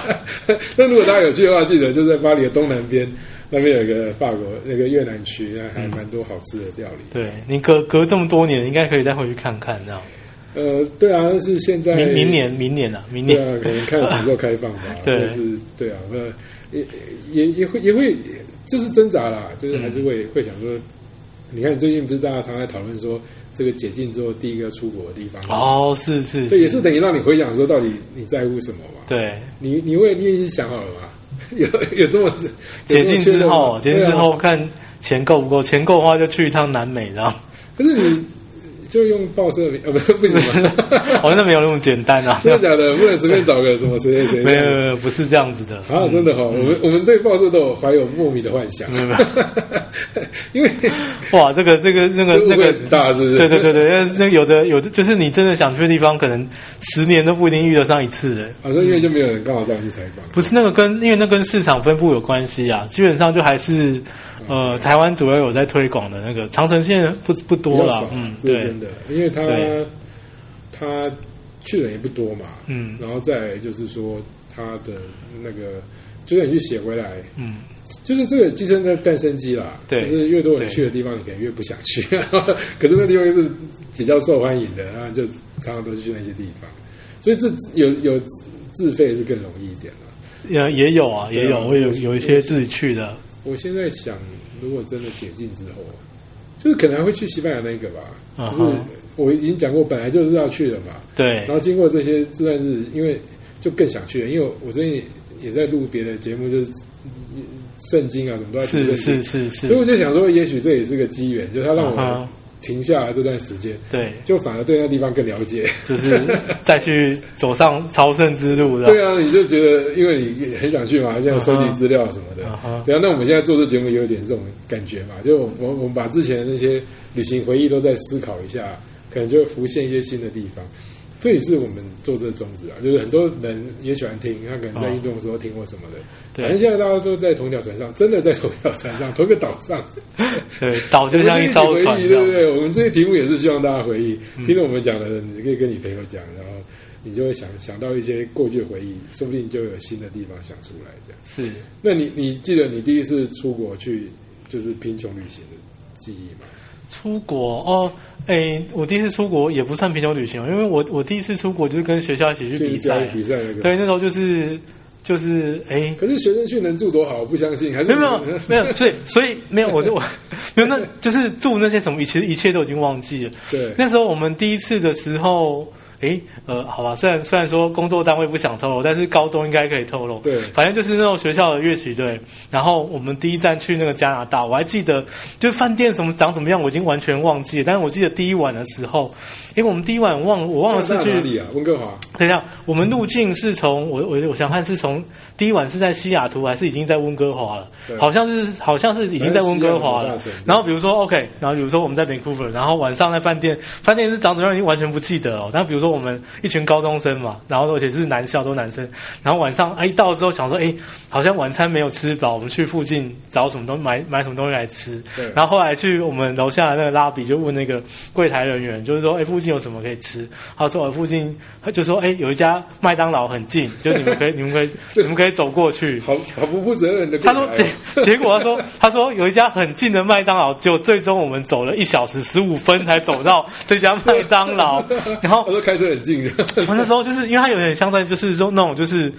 但如果大家有去的话，记得就在巴黎的东南边，那边有一个法国那个越南区，那还蛮多好吃的料理。嗯对，你隔隔这么多年，应该可以再回去看看这样。呃，对啊，但是现在明明年明年啊，明对年。啊，可能看什么时候开放吧 对但是对啊，那也也也会也会，这是挣扎啦，就是还嗯是会、会想说，你看最近不是大家常在讨论说，这个解禁之后第一个出国的地方是什么，哦，是是这也是，是等于让你回想说，到底你在乎什么嘛？对你你为你已经想好了吗？ 有有这么解禁之啊后，解禁之，有这么缺德后吗看钱够不够，钱够的话就去一趟南美，然后对啊可是你就用报社名啊，不是 不行 吗？好像没哦有那么简单啊，真的假的？不能随便找个什么谁谁谁？没有没有嗯没有，不是这样子的，啊，真的哈、我们我们对报社都有怀有莫名的幻想，嗯因为哇，这个这个 那个误那会个。很大，是不是？对对对对，那那有的有的，就是你真的想去的地方，可能十年都不一定遇得上一次的。好啊像因为就没有人刚好这样去采访，不是那个跟，因为那跟市场分布有关系啊。基本上就还是，呃，台湾主要有在推广的那个长城线不不比多较了少，，嗯，这是对真，的，因为他对他去的人也不多嘛，嗯然后再来就是说他的那个，就算你去写回来，嗯，就是这个寄生在蛋生机啦，对就是越多人去的地方，你可能越不想去， 可是那地方又是比较受欢迎的，然后就常常都去那些地方，所以自有有自费是更容易一点啦。也也有啊，也对啊有，我有有一些自己去的，我现在想，如果真的解禁之后，就是可能还会去西班牙那个吧。嗯就是哼我已经讲过，本来就是要去的嘛。对然，后经过这些这段日子，因为就更想去了，因为我最近也在录别的节目，就是嗯圣经啊什么都在读圣是经，是是所以是，我就想说，也许这也是个机缘，就是他让我嗯，停下来这段时间，对，就反而对那地方更了解。就是再去走上朝圣之路的 对，啊，你就觉得因为你很想去嘛，现在收集资料什么的。嗯哼对啊，那我们现在做这节目有点这种感觉嘛，就我我我们把之前的那些旅行回忆都在思考一下，可能就会浮现一些新的地方。这也是我们做这个宗旨啊，就是很多人也喜欢听，他可能在哦运动的时候听或什么的。反正对现在大家都在同一条船上，真的在同一条船上，同一个岛上，对，岛就像一艘我们这船一集回忆这对不样，对？我们这些题目也是希望大家回忆，听了我们讲的人，你可以跟你朋友讲，然后你就会想想到一些过去的回忆，说不定就有新的地方想出来。这样，是那你你记得你第一次出国去就是贫穷旅行的记忆吗？出国哦。哎，我第一次出国也不算贫穷旅行，因为我我第一次出国就是跟学校一起去去比赛，啊比赛那个，对，那时候就是就是哎。可是学生去能住多好，我不相信，还没是有 没有没有，所以所以没有，我就我 没有，那就是住那些什么，其实一切都已经忘记了。对，那时候我们第一次的时候，诶，呃，好吧，虽然虽然说工作单位不想透露，但是高中应该可以透露。对反正就是那种学校的乐曲队。然后我们第一站去那个加拿大，我还记得，就饭店什么长怎么样，我已经完全忘记了。但是我记得第一晚的时候，诶，我们第一晚忘了，我忘了是加拿大去哪里啊？温哥华等一下，我们路径是从我我我想看是从第一晚是在西雅图，还是已经在温哥华了对？好像是好像是已经在温哥华反正了西雅图大城。然后比如说 OK，然后比如说我们在 Vancouver，然后晚上在饭店，饭店是长怎么样已经完全不记得哦。但比如说我们一群高中生嘛，然后而且是男校都男生，然后晚上哎到了之后想说哎好像晚餐没有吃饱，我们去附近找什么东西买买什么东西来吃对。然后后来去我们楼下的那个拉比就问那个柜台人员，就是说哎附近有什么可以吃？他说哦我附近他就说哎有一家麦当劳很近，就你们可以你们 可以你们可以走过去。好好不负责任的他过来说哦。结结 果他说他说有一家很近的麦当劳，结果最终我们走了一小时十五分才走到这家麦当劳。然后他说开车很近的，我那时候就是因为它有点像在就是说那种就是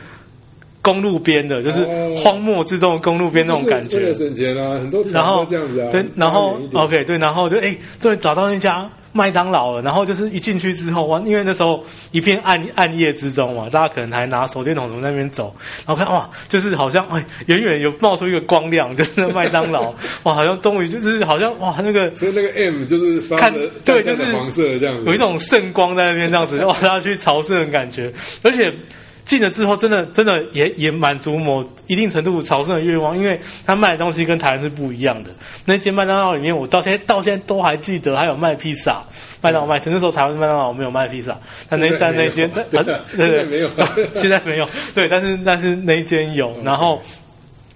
公路边的，就是哦荒漠之中的公路边那种感就是为觉了。省钱啊，很多船然后都这样子啊。对，然拉后远一点 OK 对，然后就哎，终于找到那家麦当劳了。然后就是一进去之后，哇，因为那时候一片暗暗夜之中嘛，大家可能还拿手电筒从那边走，然后看哇，就是好像哎，远远有冒出一个光亮，就是那麦 当劳，哇，好像终于就是好像哇那个所以那个 M 就是发看的对淡淡的就是黄色这样子，有一种圣光在那边这样 子，哇，大家去朝圣的感觉，而且。进了之后，真的真的也也满足某一定程度朝圣的愿望，因为他卖的东西跟台湾是不一样的。那间麦当劳里面，我到现在到现在都还记得，还有卖披萨，麦当劳卖披萨。那时候台湾麦当劳没有卖披萨，但那现在但没有那间但对啊对现在 对没有现在没有对，但是但是那间有，然后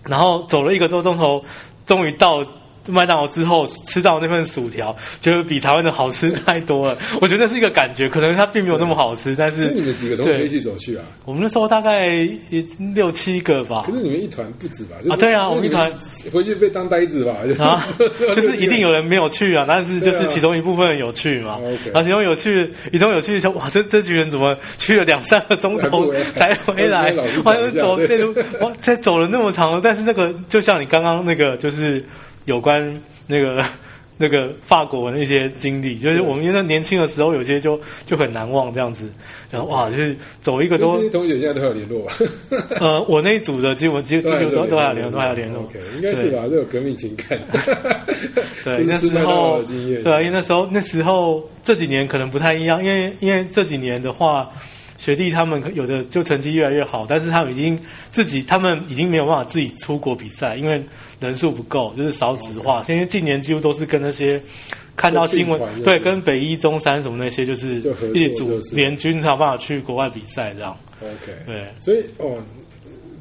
然后走了一个多钟头，终于到麦当劳之后，吃到那份薯条，觉得比台湾的好吃太多了。我觉得那是一个感觉，可能它并没有那么好吃，但所以你是们几个同学对一起走去啊？我们那时候大概也六七个吧可。是你们一团不止吧？就是啊对啊因为你我们回去被当呆子吧？ 啊，就是一定有人没有去啊，但是就对是啊其中一部分人有去嘛，哦 OK 然后其中有去，其中有去想，哇，这这群人怎么去了两三个钟 头才才不回回来来老师，哇讲，一下走对这路，哇，这走了那么长，但是那个就像你刚刚那个，就是有关那个 那个法国的那些经历，就是我们那年轻的时候，有些就就很难忘这样子。然后哇，就是走一个所以多这些同学现在都还有联 络吧？呃，我那一组的，基本基都基本都都还有联络络，都还有联络。 OK，应该是吧？都有革命情感， 对，就那是吃时麦当劳候的经验。对啊，因为那时候那时候这几年可能不太一样，因为因为这几年的话，学弟他们有的就成绩越来越好，但是他们已经自己他们已经没有办法自己出国比赛，因为人数不够，就是少子化。因为近年几乎都是跟那些看到新闻就并团，对，这样子跟北一中山什么那些就是就合作一起组就是联军才有办法去国外比赛这样。 OK，对，所以哦，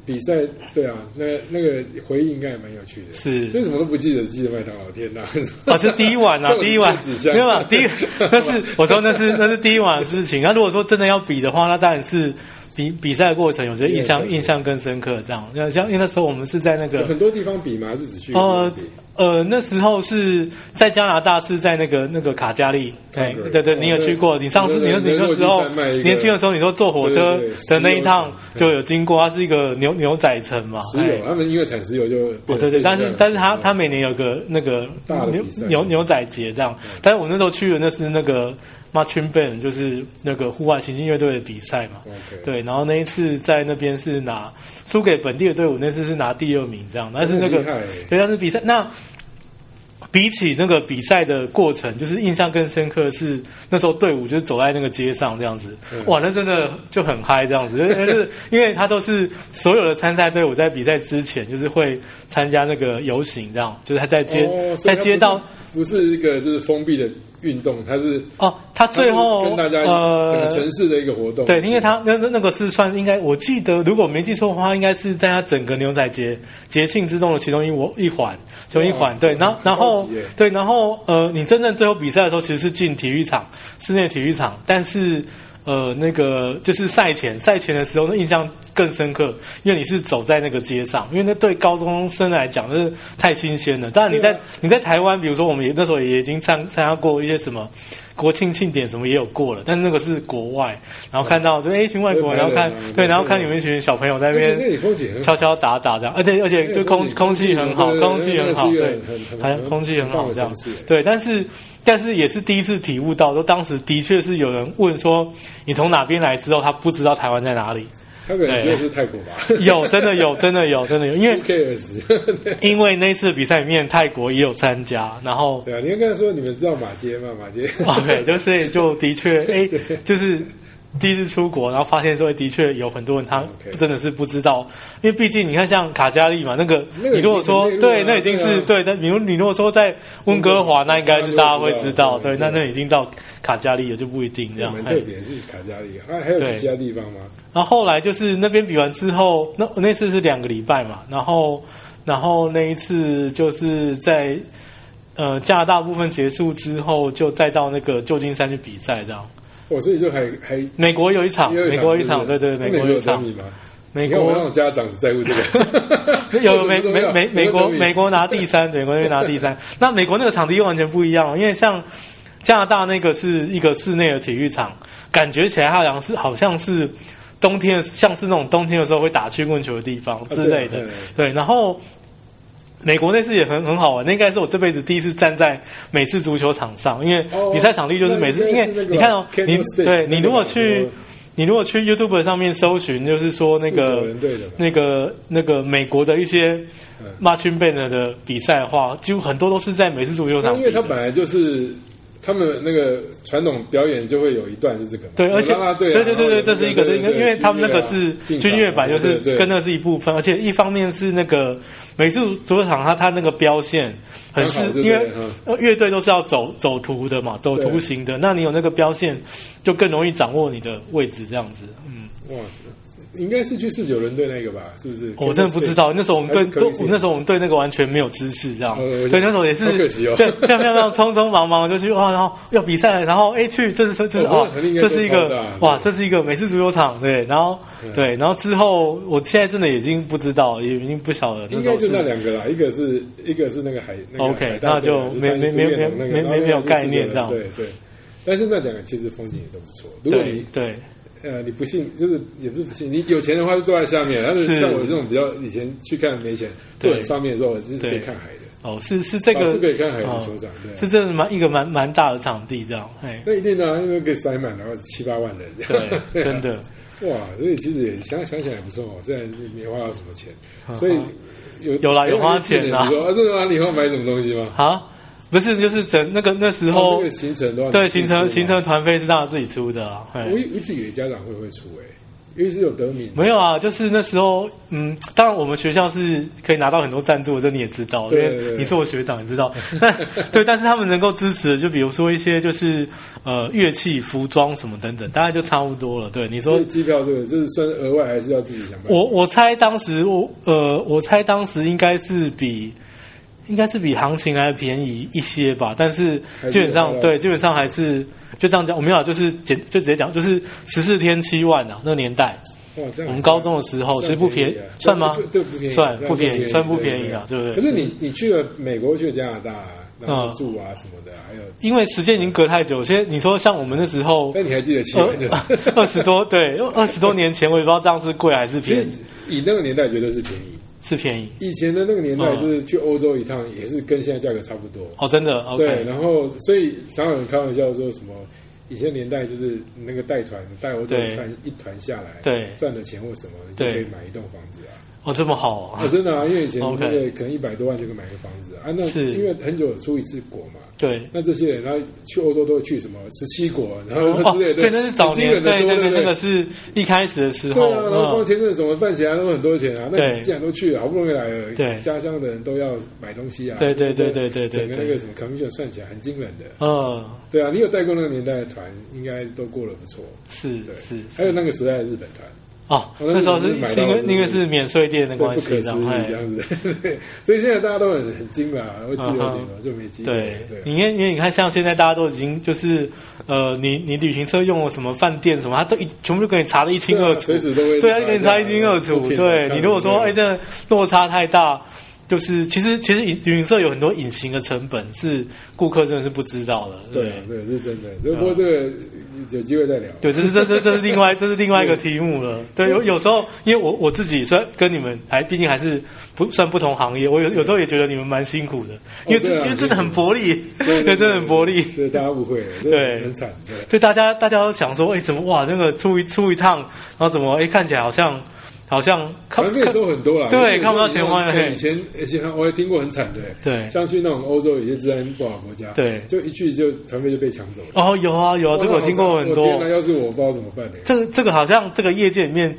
比赛对啊，那那个回忆应该也蛮有趣的。是所以什么都不记得，记得麦当劳，天哪！ 哦，就第一晚啊这，我第一晚就自己没想有啊，第一 那是我说那是那是第一晚的事情。那如果说真的要比的话，那当然是比比赛的过程有些印象对对印象更深刻。这样，那像因为那时候我们是在那有 个很多地方比嘛，还是只去一个呃地方比呃那时候是在加拿大，是在那个那个卡加利，哎 Calgary 对对，哦你有去对过？你上次你对你对那对时候落基山脉一个年轻的时候，你说坐火车对对对的那一趟石油城就有经过，它是一个牛牛仔城嘛，石哎油，他们因为产石油就哦，对对，但是但是他他每年有个那个大的牛比赛牛牛仔节这样，但是我那时候去的那是那个 marching band，就是那个户外行进乐队的比赛嘛。 OK，对，然后那一次在那边是拿输给本地的队伍，那次是拿第二名这样，但是那个很厉害欸对，但是比赛那比起那个比赛的过程，就是印象更深刻的是那时候队伍就是走在那个街上这样子，嗯哇，那真的就很嗨这样子，就是就是因为他都是所有的参赛队伍在比赛之前就是会参加那个游行这样，就是他在街、哦所以在它街道不是不是一个就是封闭的运动，它是哦，他最后它是跟大家一呃整个城市的一个活动。对，因为他那那那个是算应该，我记得如果没记错的话，应该是在他整个牛仔节节庆之中的其中一我一环，其中一环。哇对，然后然很后高级耶对，然后呃，你真正最后比赛的时候，其实是进体育场，室内体育场，但是。呃，那个就是赛前，赛前的时候，那印象更深刻，因为你是走在那个街上，因为那对高中生来讲，那是太新鲜了。当然，你在、对啊你在台湾，比如说我们也那时候也已经参参加过一些什么国庆庆典什么也有过了，但是那个是国外，然后看到就哎、一群外国人，然后看对对对对，对然后看你们一群小朋友在那而且那边里风景很好敲敲打打这样，而且而且就空空气很好，对对对空气很好，那是一个对很很，还很空气很很棒好的这样城市，对，但是但是也是第一次体悟到，说当时的确是有人问说你从哪边来之后，他不知道台湾在哪 里，他可能对就是泰国吧。有真的有真的有真的有，因为 cares？对 因为那次比赛里面泰国也有参加，然后啊，你要跟他说，你们知道马街吗？马街 OK，就是就的确，哎、就是第一次出国，然后发现说，哎的确有很多人他 OK 真的是不知道，因为毕竟你看像卡加利嘛，那个那个你如果说已经很内陆了啊对，那已经是对对，但你如你如果说在温哥华，那应该是大家会知道，那就对知，道那那已经到卡加利了，就不一定这样。蛮哎特别，就是卡加利，啊还还有对去其他地方吗？然后后来就是那边比完之后，那那次是两个礼拜嘛，然后然后那一次就是在呃加拿大部分结束之后，就再到那个旧金山去比赛这样。我哦所以就还还美国有一场，也有哦美国有一场，对对，那美美国有一场有，德米吗？美你看我们那国种家长只在乎这个， 啊有 美美美美国美国国拿第三，对美国那边拿 第三。那美国那个场地又完全不一样，哦因为像加拿大那个是一个室内的体育场，感觉起来它好像是好像是冬天的，像是那种冬天的时候会打曲棍球的地方之类的啊对对。对，然后美国那次也很很好玩，那应该是我这辈子第一次站在美式足球场上，因为哦比赛场地就是美式，那应因该为是那个你看哦， Candlestick 你那个对你如果去美国。你如果去 YouTube 上面搜寻，就是说那四个九人队的吧那个那个美国的一些嗯 Marching Band 的比赛的话，几乎很多都是在美式足球场因比为他的。本来就是他们那个传统表演就会有一段是这个嘛，对，而且有啦啦队啊，对对对对，啊这是一个，对因为因为他啊们那个是军乐版，就是跟那是一部分，而且一方面是那个美术足球场，它它那个标线很是很好，对因为对嗯呃乐队都是要走走图的嘛，走图对形的，那你有那个标线，就更容易掌握你的位置，这样子。嗯，哇塞，应该是去四九人队那个吧，是不是？哦我真的不知道，那时候我们还对是都 Curry 我那时候我们对那个完全没有知识，这样，哦我所以那时候也是好可惜哦对，非常非常非常匆匆忙忙就去哇，然后要比赛了，然后哎去，这是这是哦哇那场地应，该这是一都超大嗯个哇，对这是一个美式足球场，对，然后对，然后之后我现在真的已经不知道，也已经不晓得那应时该候就那是。两个啦，一个是一个是那个海那个 OK，海盗队啊那就就是没单一没独立没的那个没没然后没有另外是概念四九人这样对对。但是那两个其实风景也都不错。如果对你对，呃你不信，就是也不是不信，你有钱的话就坐在下面，但是是像我这种比较以前去看没钱，坐对在上面的时候，我就是可以对看海的。哦，是是这少个数可以看海洋哦球场，对啊是真的蛮一个蛮蛮大的场地这样，嘿，那一定的、啊，因为可以塞满然后七八万人，对，真的， 哇，所以其实也想想起来也不错哦，虽然没花到什么钱，所以有嗯有啦有花钱啦啊。你说啊，真的吗？你要买什么东西吗？啊，不是就是整那个那时然后哦候这个行程都要对你自己行程出嘛行程团费是他自己出的啊，我嘿，一我一直以为家长会会出哎、因为是有得名，没有啊，就是那时候嗯，当然我们学校是可以拿到很多赞助的，这你也知道，因对对为对你是我学长，你知道，但 对，但是他们能够支持的，就比如说一些就是呃乐器、服装什么等等，大概就差不多了。对，你说所以机票这个就是算是额外还是要自己想办法。我我猜当时我呃，我猜当时应该是比应该是比行情还便宜一些吧，但是还是基本上有对，基本上还是就这样讲，我没有啊就是简就直接讲，就是十四天七万啊，那个年代哇，这样我们高中的时候其实不便宜宜啊，算吗对，不便宜，算这样不便宜宜，算不便宜啊对不对可是你你去了美国，去了加拿大啊，然后嗯住啊什么的，还有，因为时间已经隔太久，现在你说像我们那时候但你还记得七万就是， 二十多对二十多年前，我也不知道这样是 贵还 是其便实宜，以那个年代绝对是便宜。是便宜以前的那个年代，嗯就是去欧洲一趟也是跟现在价格差不多。哦，真的 OK 对，然后所以常常有人开玩笑说什么，以前年代就是那个带团带欧洲对一团一团下来，对赚的钱或什么，你就对可以买一栋房子啊。哦，这么好哦， 啊，真的啊，因为以前 OK 那个可能一百多万就可以买个房子啊，啊那是因为很久出一次国嘛。对。那这些人，然后去欧洲都会去什么十七国，然后哦，对对，那是早很年，惊对人的多对对对，不对那个是一开始的时对候，啊，然后光嗯，签证什么办起来都很多钱啊。那对你既然都去了，好不容易来了，对家乡的人都要买东西啊。对对对对对对整个那个什么 commission 算起来很惊人的。嗯，对啊，你有带过那个年代的团，应该都过得不错。是对，是是还有那个时代的日本团，哦，那那时候是你买到是因为是因为是免税店的对，关不系，可这思样，议这哎，样子。对，所以现在大家都很很惊啦，会自由行了就没机会。啊对，对啊你看，因为你看，像现在大家都已经就是，呃，你你旅行社用了什么饭店什么，他都一全部都给你查的一清对啊二楚随，时都会对啊，查给一你下查一清二楚。 Booking.com 对你如果说，对哎，这个落差太大，就是其实其实旅旅行社有很多隐形的成本是顾客真的是不知道的，对对啊啊，对，是真的。只不过这个有机会再聊。对，这是这这这是另外这是另外一个题目了。对，有有时候因为我我自己虽然跟你们还毕竟还是不算不同行业，我有有时候也觉得你们蛮辛苦的，因为对这、啊因为真的很薄利，对，对，真的很薄利。对，大家误会了，这对很惨。对，对，大家大家都想说，哎，怎么哇那个出一出一趟，然后怎么哎看起来好像好像看反正可以收很多啦。对因为有时候看不到钱花你看嘿以前以前我也听过很惨的，对像去那种欧洲有些治安不好的国家，对就一去就团费就被抢走了。哦有啊有啊，这个我听过很我多天。哪，要是我不知道怎么办呢？这个这个好像这个业界里面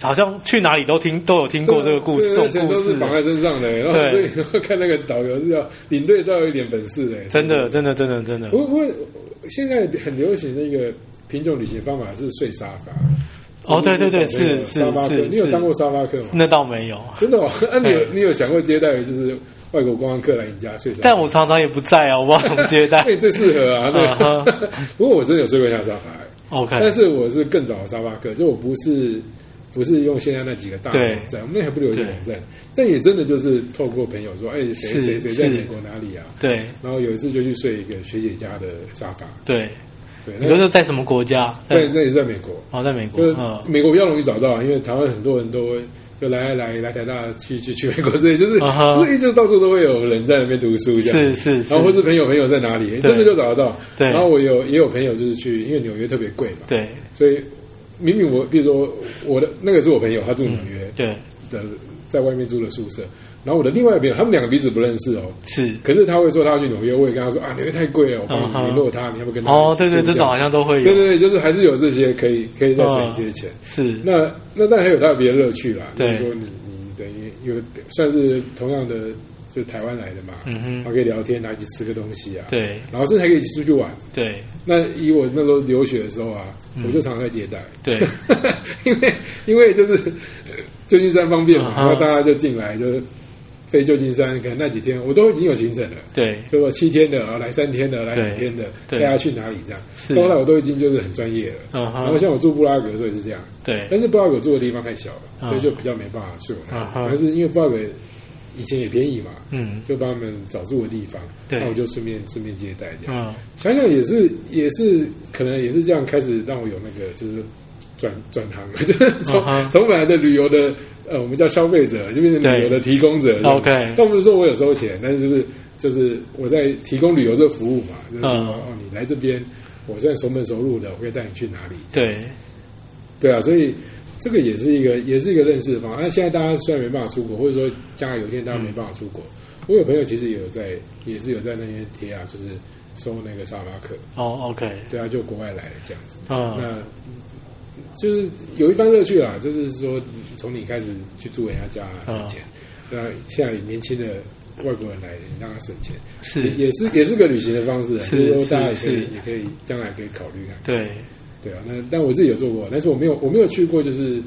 好像去哪里都听都有听过这个故事对这而且种故都是事。绑在身上的，然后所对以然后看那个导游是要领队稍微有一点本事的，真的，真的，真的，真的，不不，现在很流行那个品种旅行方法是睡沙发。哦对对对就是那种是沙发客是是你有当过沙发客吗？那倒没有。真的哦，那你有嘿你有想过接待就是外国观光客来你家睡沙发？但我常常也不在啊，我不知道怎么接 待那。你最适合啊， 啊哈对。 不过我真的有睡过一下沙发，哎 但 OK，是我是更早的沙发客，就我不是不是用现在那几个大对网站，我们那还不流行网站，但也真的就是透过朋友说，哎，谁是谁谁在是美国哪里啊？对然后有一次就去睡一个学姐家的沙发，对，对，你那说是在什么国家？对，那也是在美国，哦，在美国就。是嗯，美国比较容易找到，因为台湾很多人都会就来啊来来台大去去去美国之类，就是啊哈所以就到处都会有人在那边读书这样。是是是然后或是朋友朋友在哪里，哎真的就找得到。对然后我有也有朋友就是去，因为纽约特别贵嘛，对所以明明我比如说我的那个是我朋友，他住纽约对的，在外面租的宿舍。然后我的另外一个朋友，他们两个彼此不认识哦，是。可是他会说他要去纽约，我也跟他说啊，纽约太贵了，我帮啊哈你联络他，你要不要跟他哦，对一起对，住这种样好像都会对有。对对，就是还是有这些可以可以再省一些钱。是那那但还有它的别的乐趣啦，就嗯对是说你你等于有算是同样的，就台湾来的嘛，嗯哼然后可以聊天，然后一起吃个东西啊，，对然后甚至还可以一起出去玩。对那以我那时候留学的时候啊，我就常常在接待，嗯对 因为因为就是呃旧金山方便嘛嗯，哼然后大家就进来就是飞旧金山，可能那几天我都已经有行程了。对，就说七天的，然后来三天的，来两天的，带对他去哪里这样。是到后来我都已经就是很专业了。嗯然后哼，像我住布拉格的时候也是这样，对但是布拉格住的地方太小了，嗯所以就比较没办法睡我那嗯里。哼但是因为布拉格以前也便宜嘛，嗯就帮他们找住的地方，对那我就顺便顺便接待这样。嗯，想想也是也是可能也是这样开始让我有那个就是转转行了，就是从 嗯哼从本来的旅游的呃，我们叫消费者，就变成旅游的提供者。 OK 但不是说我有收钱，但是就是就是我在提供旅游这个服务嘛，就是说、嗯哦，你来这边，我算熟门熟路的，我可以带你去哪里。对，对啊，所以这个也是一个也是一个认识的方法。那现在大家虽然没办法出国，或者说将来有一天大家没办法出国，我有朋友其实也有在也是有在那些贴啊，就是收那个沙发客，哦，OK，对啊，就国外来的这样子。嗯，那就是有一番乐趣啦，就是说从你开始去住人家家啊省钱，那现在年轻的外国人来，你让他省钱，是，也是也是个旅行的方式啊，是就是说大家也可是以是也可以将来可以考虑看看，对，对啊，那但我自己有做过，但是我没有我没有去过就是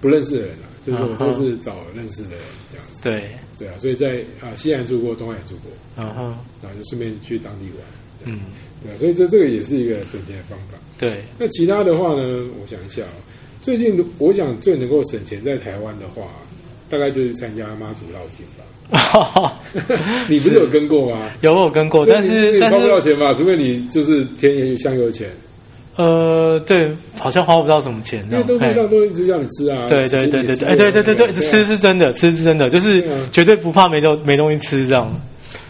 不认识的人啊，就是我都是找认识的人这样子，对，对啊，所以在啊西安住过，东海也住过，嗯哼，然后就顺便去当地玩，嗯，对啊，所以这这个也是一个省钱的方法。对，那其他的话呢，我想一下、哦，最近我想最能够省钱在台湾的话，大概就是参加妈祖绕境吧。 你不是有跟过吗？有我有跟过，但对是你但花不到是钱吧，除非你就是添油香油钱，呃，对，好像花不到什么钱，因为这都样路嘿上都一直让你吃啊。哦对对鸡腿对对鸡对，肉哎，对对对对，啊吃是真的，吃是真的，就是对啊绝对不怕没东没东西吃这样。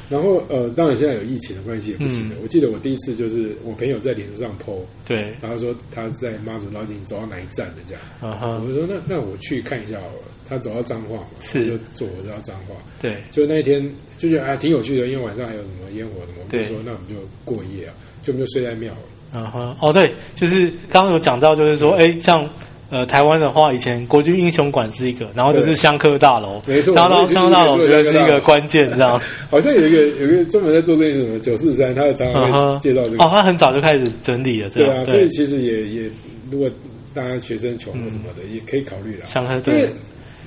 然后呃，当然现在有疫情的关系也不行了。嗯我记得我第一次就是我朋友在脸书上 PO，对，然后说他在妈祖绕境走到哪一站的这样。嗯我哼，就说那那我去看一下好了。他走到彰化嘛，是我就坐火车到彰化。对，就那一天就觉得啊挺有趣的，因为晚上还有什么烟火什么，我们对就说那我们就过夜啊，就我们就睡在庙里。嗯哼，哦对，就是刚刚有讲到，就是嗯说，哎，像呃台湾的话，以前国军英雄馆是一个，然后就是对香客大楼，没错香我客大们一直香客大楼一直做我觉得香客是大一楼个关键，这样。好像有一个有一个专门在做这件事的九四三，他常嗯常会哼，介绍这个。哦，他很早就开始整理了，这对样啊，所以其实也也如果大家学生穷或什么的，也可以考虑啦。香客因为对，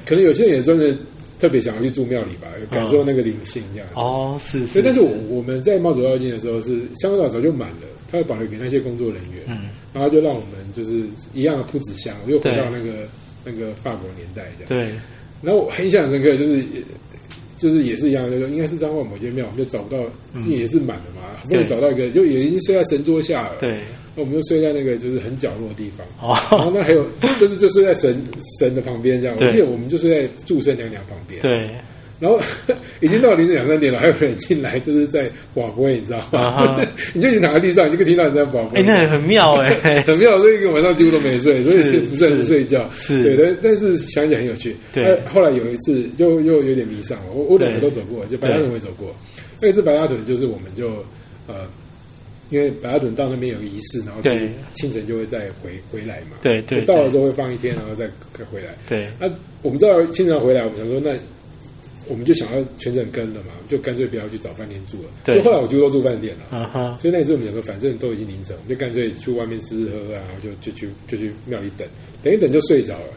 可能有些人也真的特别想要去住庙里吧，感受那个灵性这样。哦，是对，是，但是我我们在冒走绕境的时候是香港早就满了，他会保留给那些工作人员，嗯，然后就让我们就是一样的铺纸箱，我又回对到那个那个法国年代这样。对，然后我很印象深刻，就是就是也是一样，就是应该是彰化某间庙，我们就找不到，因为也是满了嘛，好不容易嗯对找到一个，就也已经睡在神桌下了。，对，我们就睡在那个就是很角落的地 方，然哦，后那还有就是就睡在神神的旁边这样。我对记得我们就睡在祝生娘娘旁边，对，然后 已经到凌晨两三点了，还有人进来，就是在广播，你知道啊吗？哈就是 你就已经躺在地上，你就可以听到人在广播。哎，那很妙哎，很妙，所以一个晚上几乎都没睡，所以是其实不是很睡觉。是对，但但是想起来很有趣。对呃后来有一次又又有点迷上了，我我两个对都走过，就白沙屯我也走过。那一次白沙屯就是我们就呃，因为白沙屯到那边有个仪式，然后对就是清晨就会再回回来嘛。对对就到了对之后会放一天，然后再再回来。对，那、啊我们知道清晨回来，我们想说那。我们就想要全程跟了嘛，就干脆不要去找饭店住了。对就后来我就都住饭店了。嗯哼，所以那一次我们想说，反正都已经凌晨，我们就干脆去外面吃吃喝喝啊，然后就就去就去庙里等，等一等就睡着了。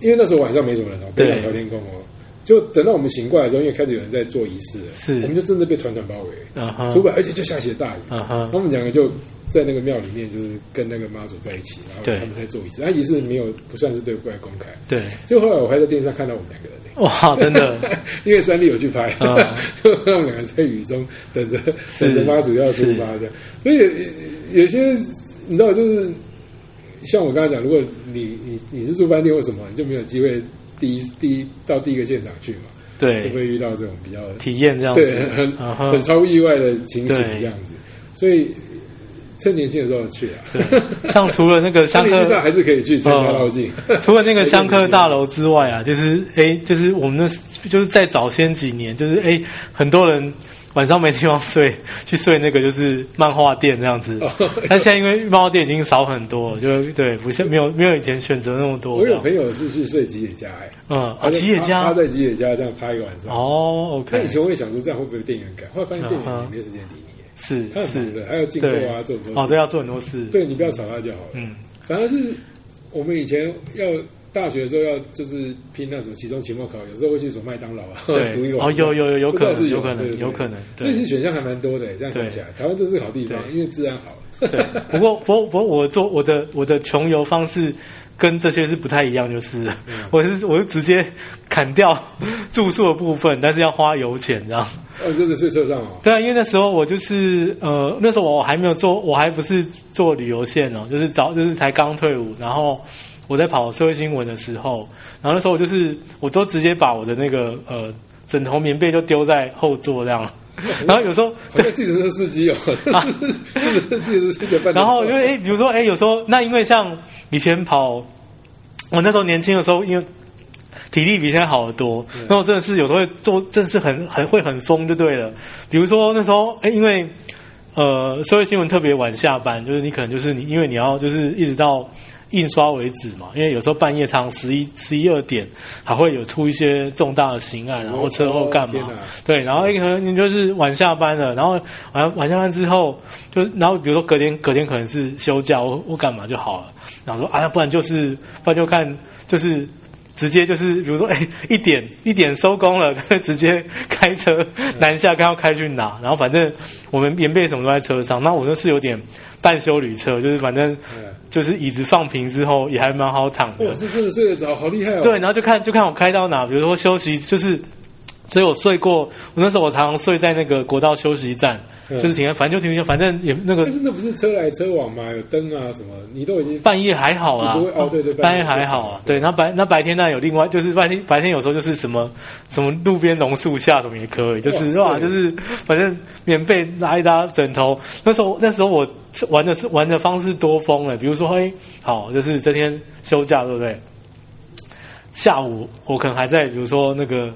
因为那时候晚上没什么人哦，不对想朝天宫哦。就等到我们醒过来的时候，因为开始有人在做仪式了，是我们就真的被团团包围，嗯出哼，不来，而且就下起了大雨。嗯然哼，后我们两个就在那个庙里面，就是跟那个妈祖在一起，然后对他们在做仪式，啊那仪式没有不算是对外公开。对，所以后来我还在电视上看到我们两个人呢、 哇，真的，因为三弟有去拍，嗯 就他们两个在雨中等着是等着妈祖要出发这样，所以有有些你知道就是像我刚才讲，如果你你你是住饭店或什么，你就没有机会第一第一到第一个现场去嘛，就对，会遇到这种比较体验这样子 对，很很嗯很哼。超意外的情形对这样子，所以趁年轻的时候去 啊，对，像除了那个趁香年轻大客，还是可以去参加嗯绕境， 除了那个香客大楼之外啊，就是哎，就是我们那，就是在早先几年，就是哎，很多人晚上没地方睡， 去睡那个就是漫画店这样子。哦但现在因为漫画店已经少很多了，就对，不像没有没有以前选择那么多我这有样。朋友是去睡吉野家哎、嗯，他在啊，吉野他家他在吉野家这样趴一个晚上。哦那，OK，以前我也想说这样会不会有电影感，后来发现电影也没时间理你，是他很忙是，的，还要进货啊，做很多哦，事。对，要做很多事，对你不要吵他就好了。嗯，反而是我们以前要大学的时候要就是拼那什么期中、期末考，有时候会去什么麦当劳啊，对读一，晚哦，有有有有可这倒能，是有有可对对能，对有可能，那对些选项还蛮多的。这样想起来，台湾真是个好地方，对因为治安好。 对。不过不过不过，我做我的我的穷游方式跟这些是不太一样，就是了我是我是直接砍掉住宿的部分，但是要花油钱这样。哦，就是睡车上哦，对啊，因为那时候我就是呃，那时候我还没有做，我还不是做旅游线哦，就是早就是才刚退伍，然后我在跑社会新闻的时候，然后那时候我就是我都直接把我的那个呃枕头棉被就丢在后座这样，然后有时候好像计程车司 机哦， 是不是计程车司机的半？然后因为诶，比如说诶，有时候那因为像以前跑，我那时候年轻的时候，因为体力比现在好得多，那我真的是有时候会做，真的是很很会很疯就对了。比如说那时候诶，因为呃，社会新闻特别晚下班，就是你可能就是你，因为你要就是一直到印刷为止嘛，因为有时候半夜长十一十一二点还会有出一些重大的刑案，然后车祸干哦嘛天哪？对，然后诶可能你就是晚下班了，然后晚晚下班之后，就然后比如说隔天隔天可能是休假或或干嘛就好了，然后说啊，不然就是不然就看就是直接就是比如说哎、一点一点收工了， 直接开车南下，刚要开去哪，然后反正我们棉被什么都在车上，那我那是有点半休旅车，就是反正嗯就是椅子放平之后也还蛮好躺的哇，，这真的睡得着，好厉害哦！对，，然后就看就看我开到哪，比如说休息，就是所以我睡过，我那时候我常常睡在那个国道休息站，嗯就是停在，反正就停在，反正也 那个但是那不是车来车往嘛，有灯啊什么，你都已经半夜还好啦，你不会哦对对半半夜夜还不行好啊，对，那白那白天那有另外就是白天白天有时候就是什么什么路边榕树下什么也可以，就是哇哇塞就是反正棉被拉一拉枕头，那时候那时候我玩的是玩的方式多疯了，比如说哎好就是这天休假对不对？下午我可能还在比如说那个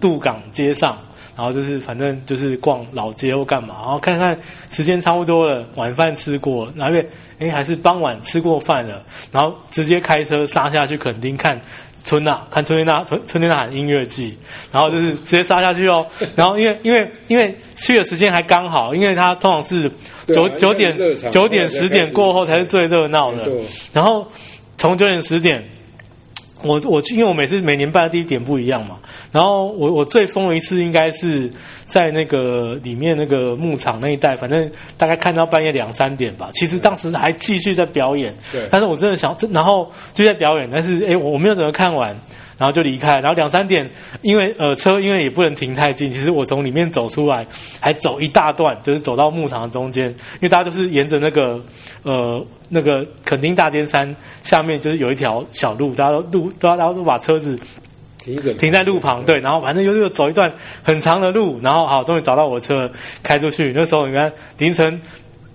渡港街上。然后就是反正就是逛老街或干嘛，然后看看时间差不多了，晚饭吃过，然后因为哎还是傍晚吃过饭了，然后直接开车杀下去垦丁看春娜， 看春天娜春春天娜喊音乐季，然后就是直接杀下去哦，然后因为因为因为去的时间还刚好，因为它通常是对九啊九因为点热场九后来点才十开点始过后才是最热闹没的，错，然后从九点十点，我我去，因为我每次每年办的地点不一样嘛。然后我我最疯的一次应该是在那个里面那个牧场那一带，反正大概看到半夜两三点吧。其实当时还继续在表演，对但是我真的想，真然后就在表演，但是诶，我我没有怎么看完。然后就离开，然后两三点，因为呃车因为也不能停太近，其实我从里面走出来，还走一大段，就是走到牧场的中间，因为大家就是沿着那个呃那个垦丁大尖山下面就是有一条小路，大家都路大家都把车子停一整停在路旁，对，然后反正就是走一段很长的路，然后好，终于找到我车，开出去。那时候你看凌晨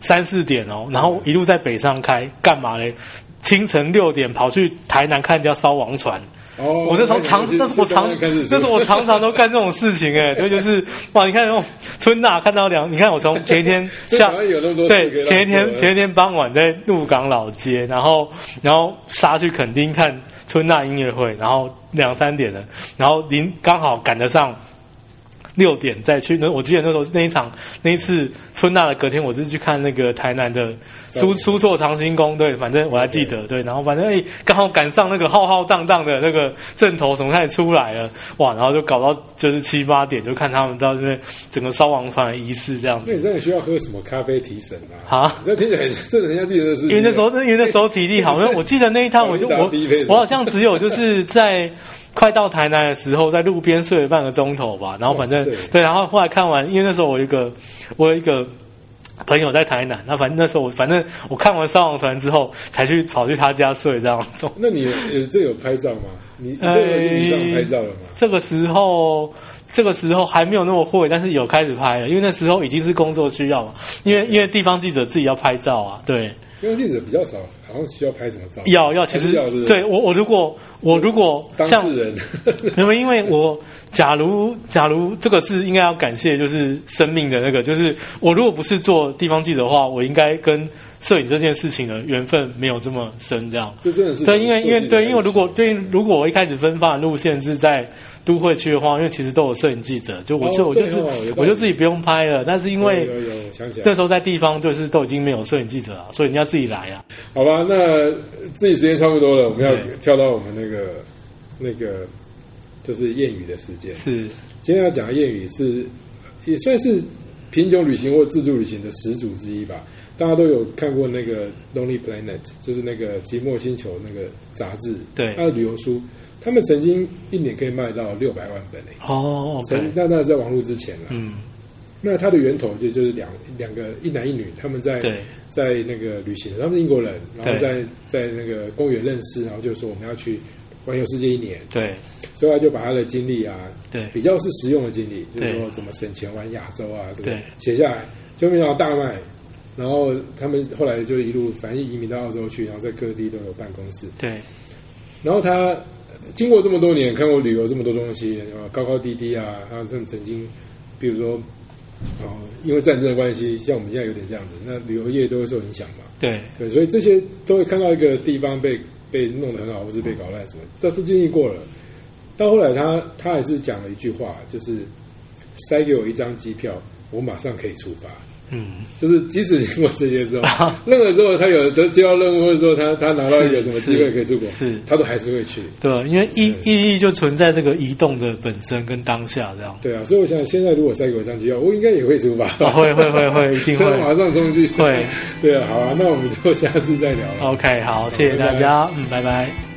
三四点哦，然后一路在北上开，干嘛嘞？清晨六点跑去台南看人家烧王船，哦，我那时候常，那是我常，哦那是我常常都干这种事情哎、这就是哇，你看那种春娜看到两，你看我从前一天下下有那么多事可以对，让前一你天做前一天傍晚在鹿港老街，然后然后杀去垦丁看春娜音乐会，然后两三点了，然后临刚好赶得上六点再去。那我记得那时候那一场那一次春娜的隔天，我是去看那个台南的苏苏措长兴宫，对，反正我还记得，对，然后反正哎刚好赶上那个浩浩荡荡的那个阵头什么开始出来了，哇，然后就搞到就是七八点，就看他们到那边整个烧王船的仪式这样那子你这样需要喝什么咖啡提神啊？啊。这听起来真的很像记得是，因为那时候，因为那时候体力 好，因为我记得那一趟我就打我低配是吧我好像只有就是在快到台南的时候，在路边睡了半个钟头吧，然后反正哇塞对，然后后来看完，因为那时候我有一个我有一个。朋友在台南，那反正那时候我反正我看完《上王船》之后，才去跑去他家睡这样 子。那你呃这有拍照吗？你你呃这个你上拍照了吗？这个时候，这个时候还没有那么会，但是有开始拍了，因为那时候已经是工作需要嘛，因为因为地方记者自己要拍照啊，对。因为记者比较少，好像需要拍什么照？要要，其实还是要对我我如果我如果当像事人， 因为因为我假如假如这个是应该要感谢，就是生命的那个，就是我如果不是做地方记者的话，我应该跟摄影这件事情的缘分没有这么深，这样。 这真的是对，因为因为对，因为如果对，如果我一开始分发的路线是在都会区的话，因为其实都有摄影记者，就我哦就、我就对自、哦有道理我就自己不用拍了，但是因因为有有有想起来那时候在地方就是都已经没有摄影记者了，所以你要自己来啊。好吧，那自己时间差不多了，我们要对跳到我们那个那个就是谚语的时间。是今天要讲的谚语是也算是贫穷旅行或自助旅行的始祖之一吧。大家都有看过那个《Lonely Planet》，就是那个《寂寞星球》那个杂志，对它的旅游书，他们曾经一年可以卖到六百万本诶、哦，OK，曾那那在网络之前啦，嗯，那它的源头就就是两两个一男一女，他们在对在那个旅行，他们是英国人，然后对在在那个公园认识，然后就说我们要去环游世界一年，对所以他就把他的经历啊，对比较是实用的经历，就是对说怎么省钱玩亚洲啊，这个对写下来，就没想到大卖。然后他们后来就一路反正移民到澳洲去，然后在各地都有办公室。对然后他呃经过这么多年，看过旅游这么多东西，啊，高高低低啊，他曾曾经，比如说，哦，因为战争的关系，像我们现在有点这样子，那旅游业都会受影响嘛。对对，所以这些都会看到一个地方被被弄得很好，或是被搞烂什么，这都经历过了。到后来他，他还是讲了一句话，就是塞给我一张机票，我马上可以出发。嗯，就是即使经过这些之后，任何时候他有得接到任务，或者说他他拿到一个是什么机会可以出国，是他都还是会去。对，因为意意义就存在这个移动的本身跟当下 这样。对啊，所以我想现在如果塞给我一张机票，哦我应该也会出发。啊会会会会一定会所以 马上冲去。会。对啊，好啊，那我们就下次再聊了。 OK，好，谢谢大家，嗯，拜拜。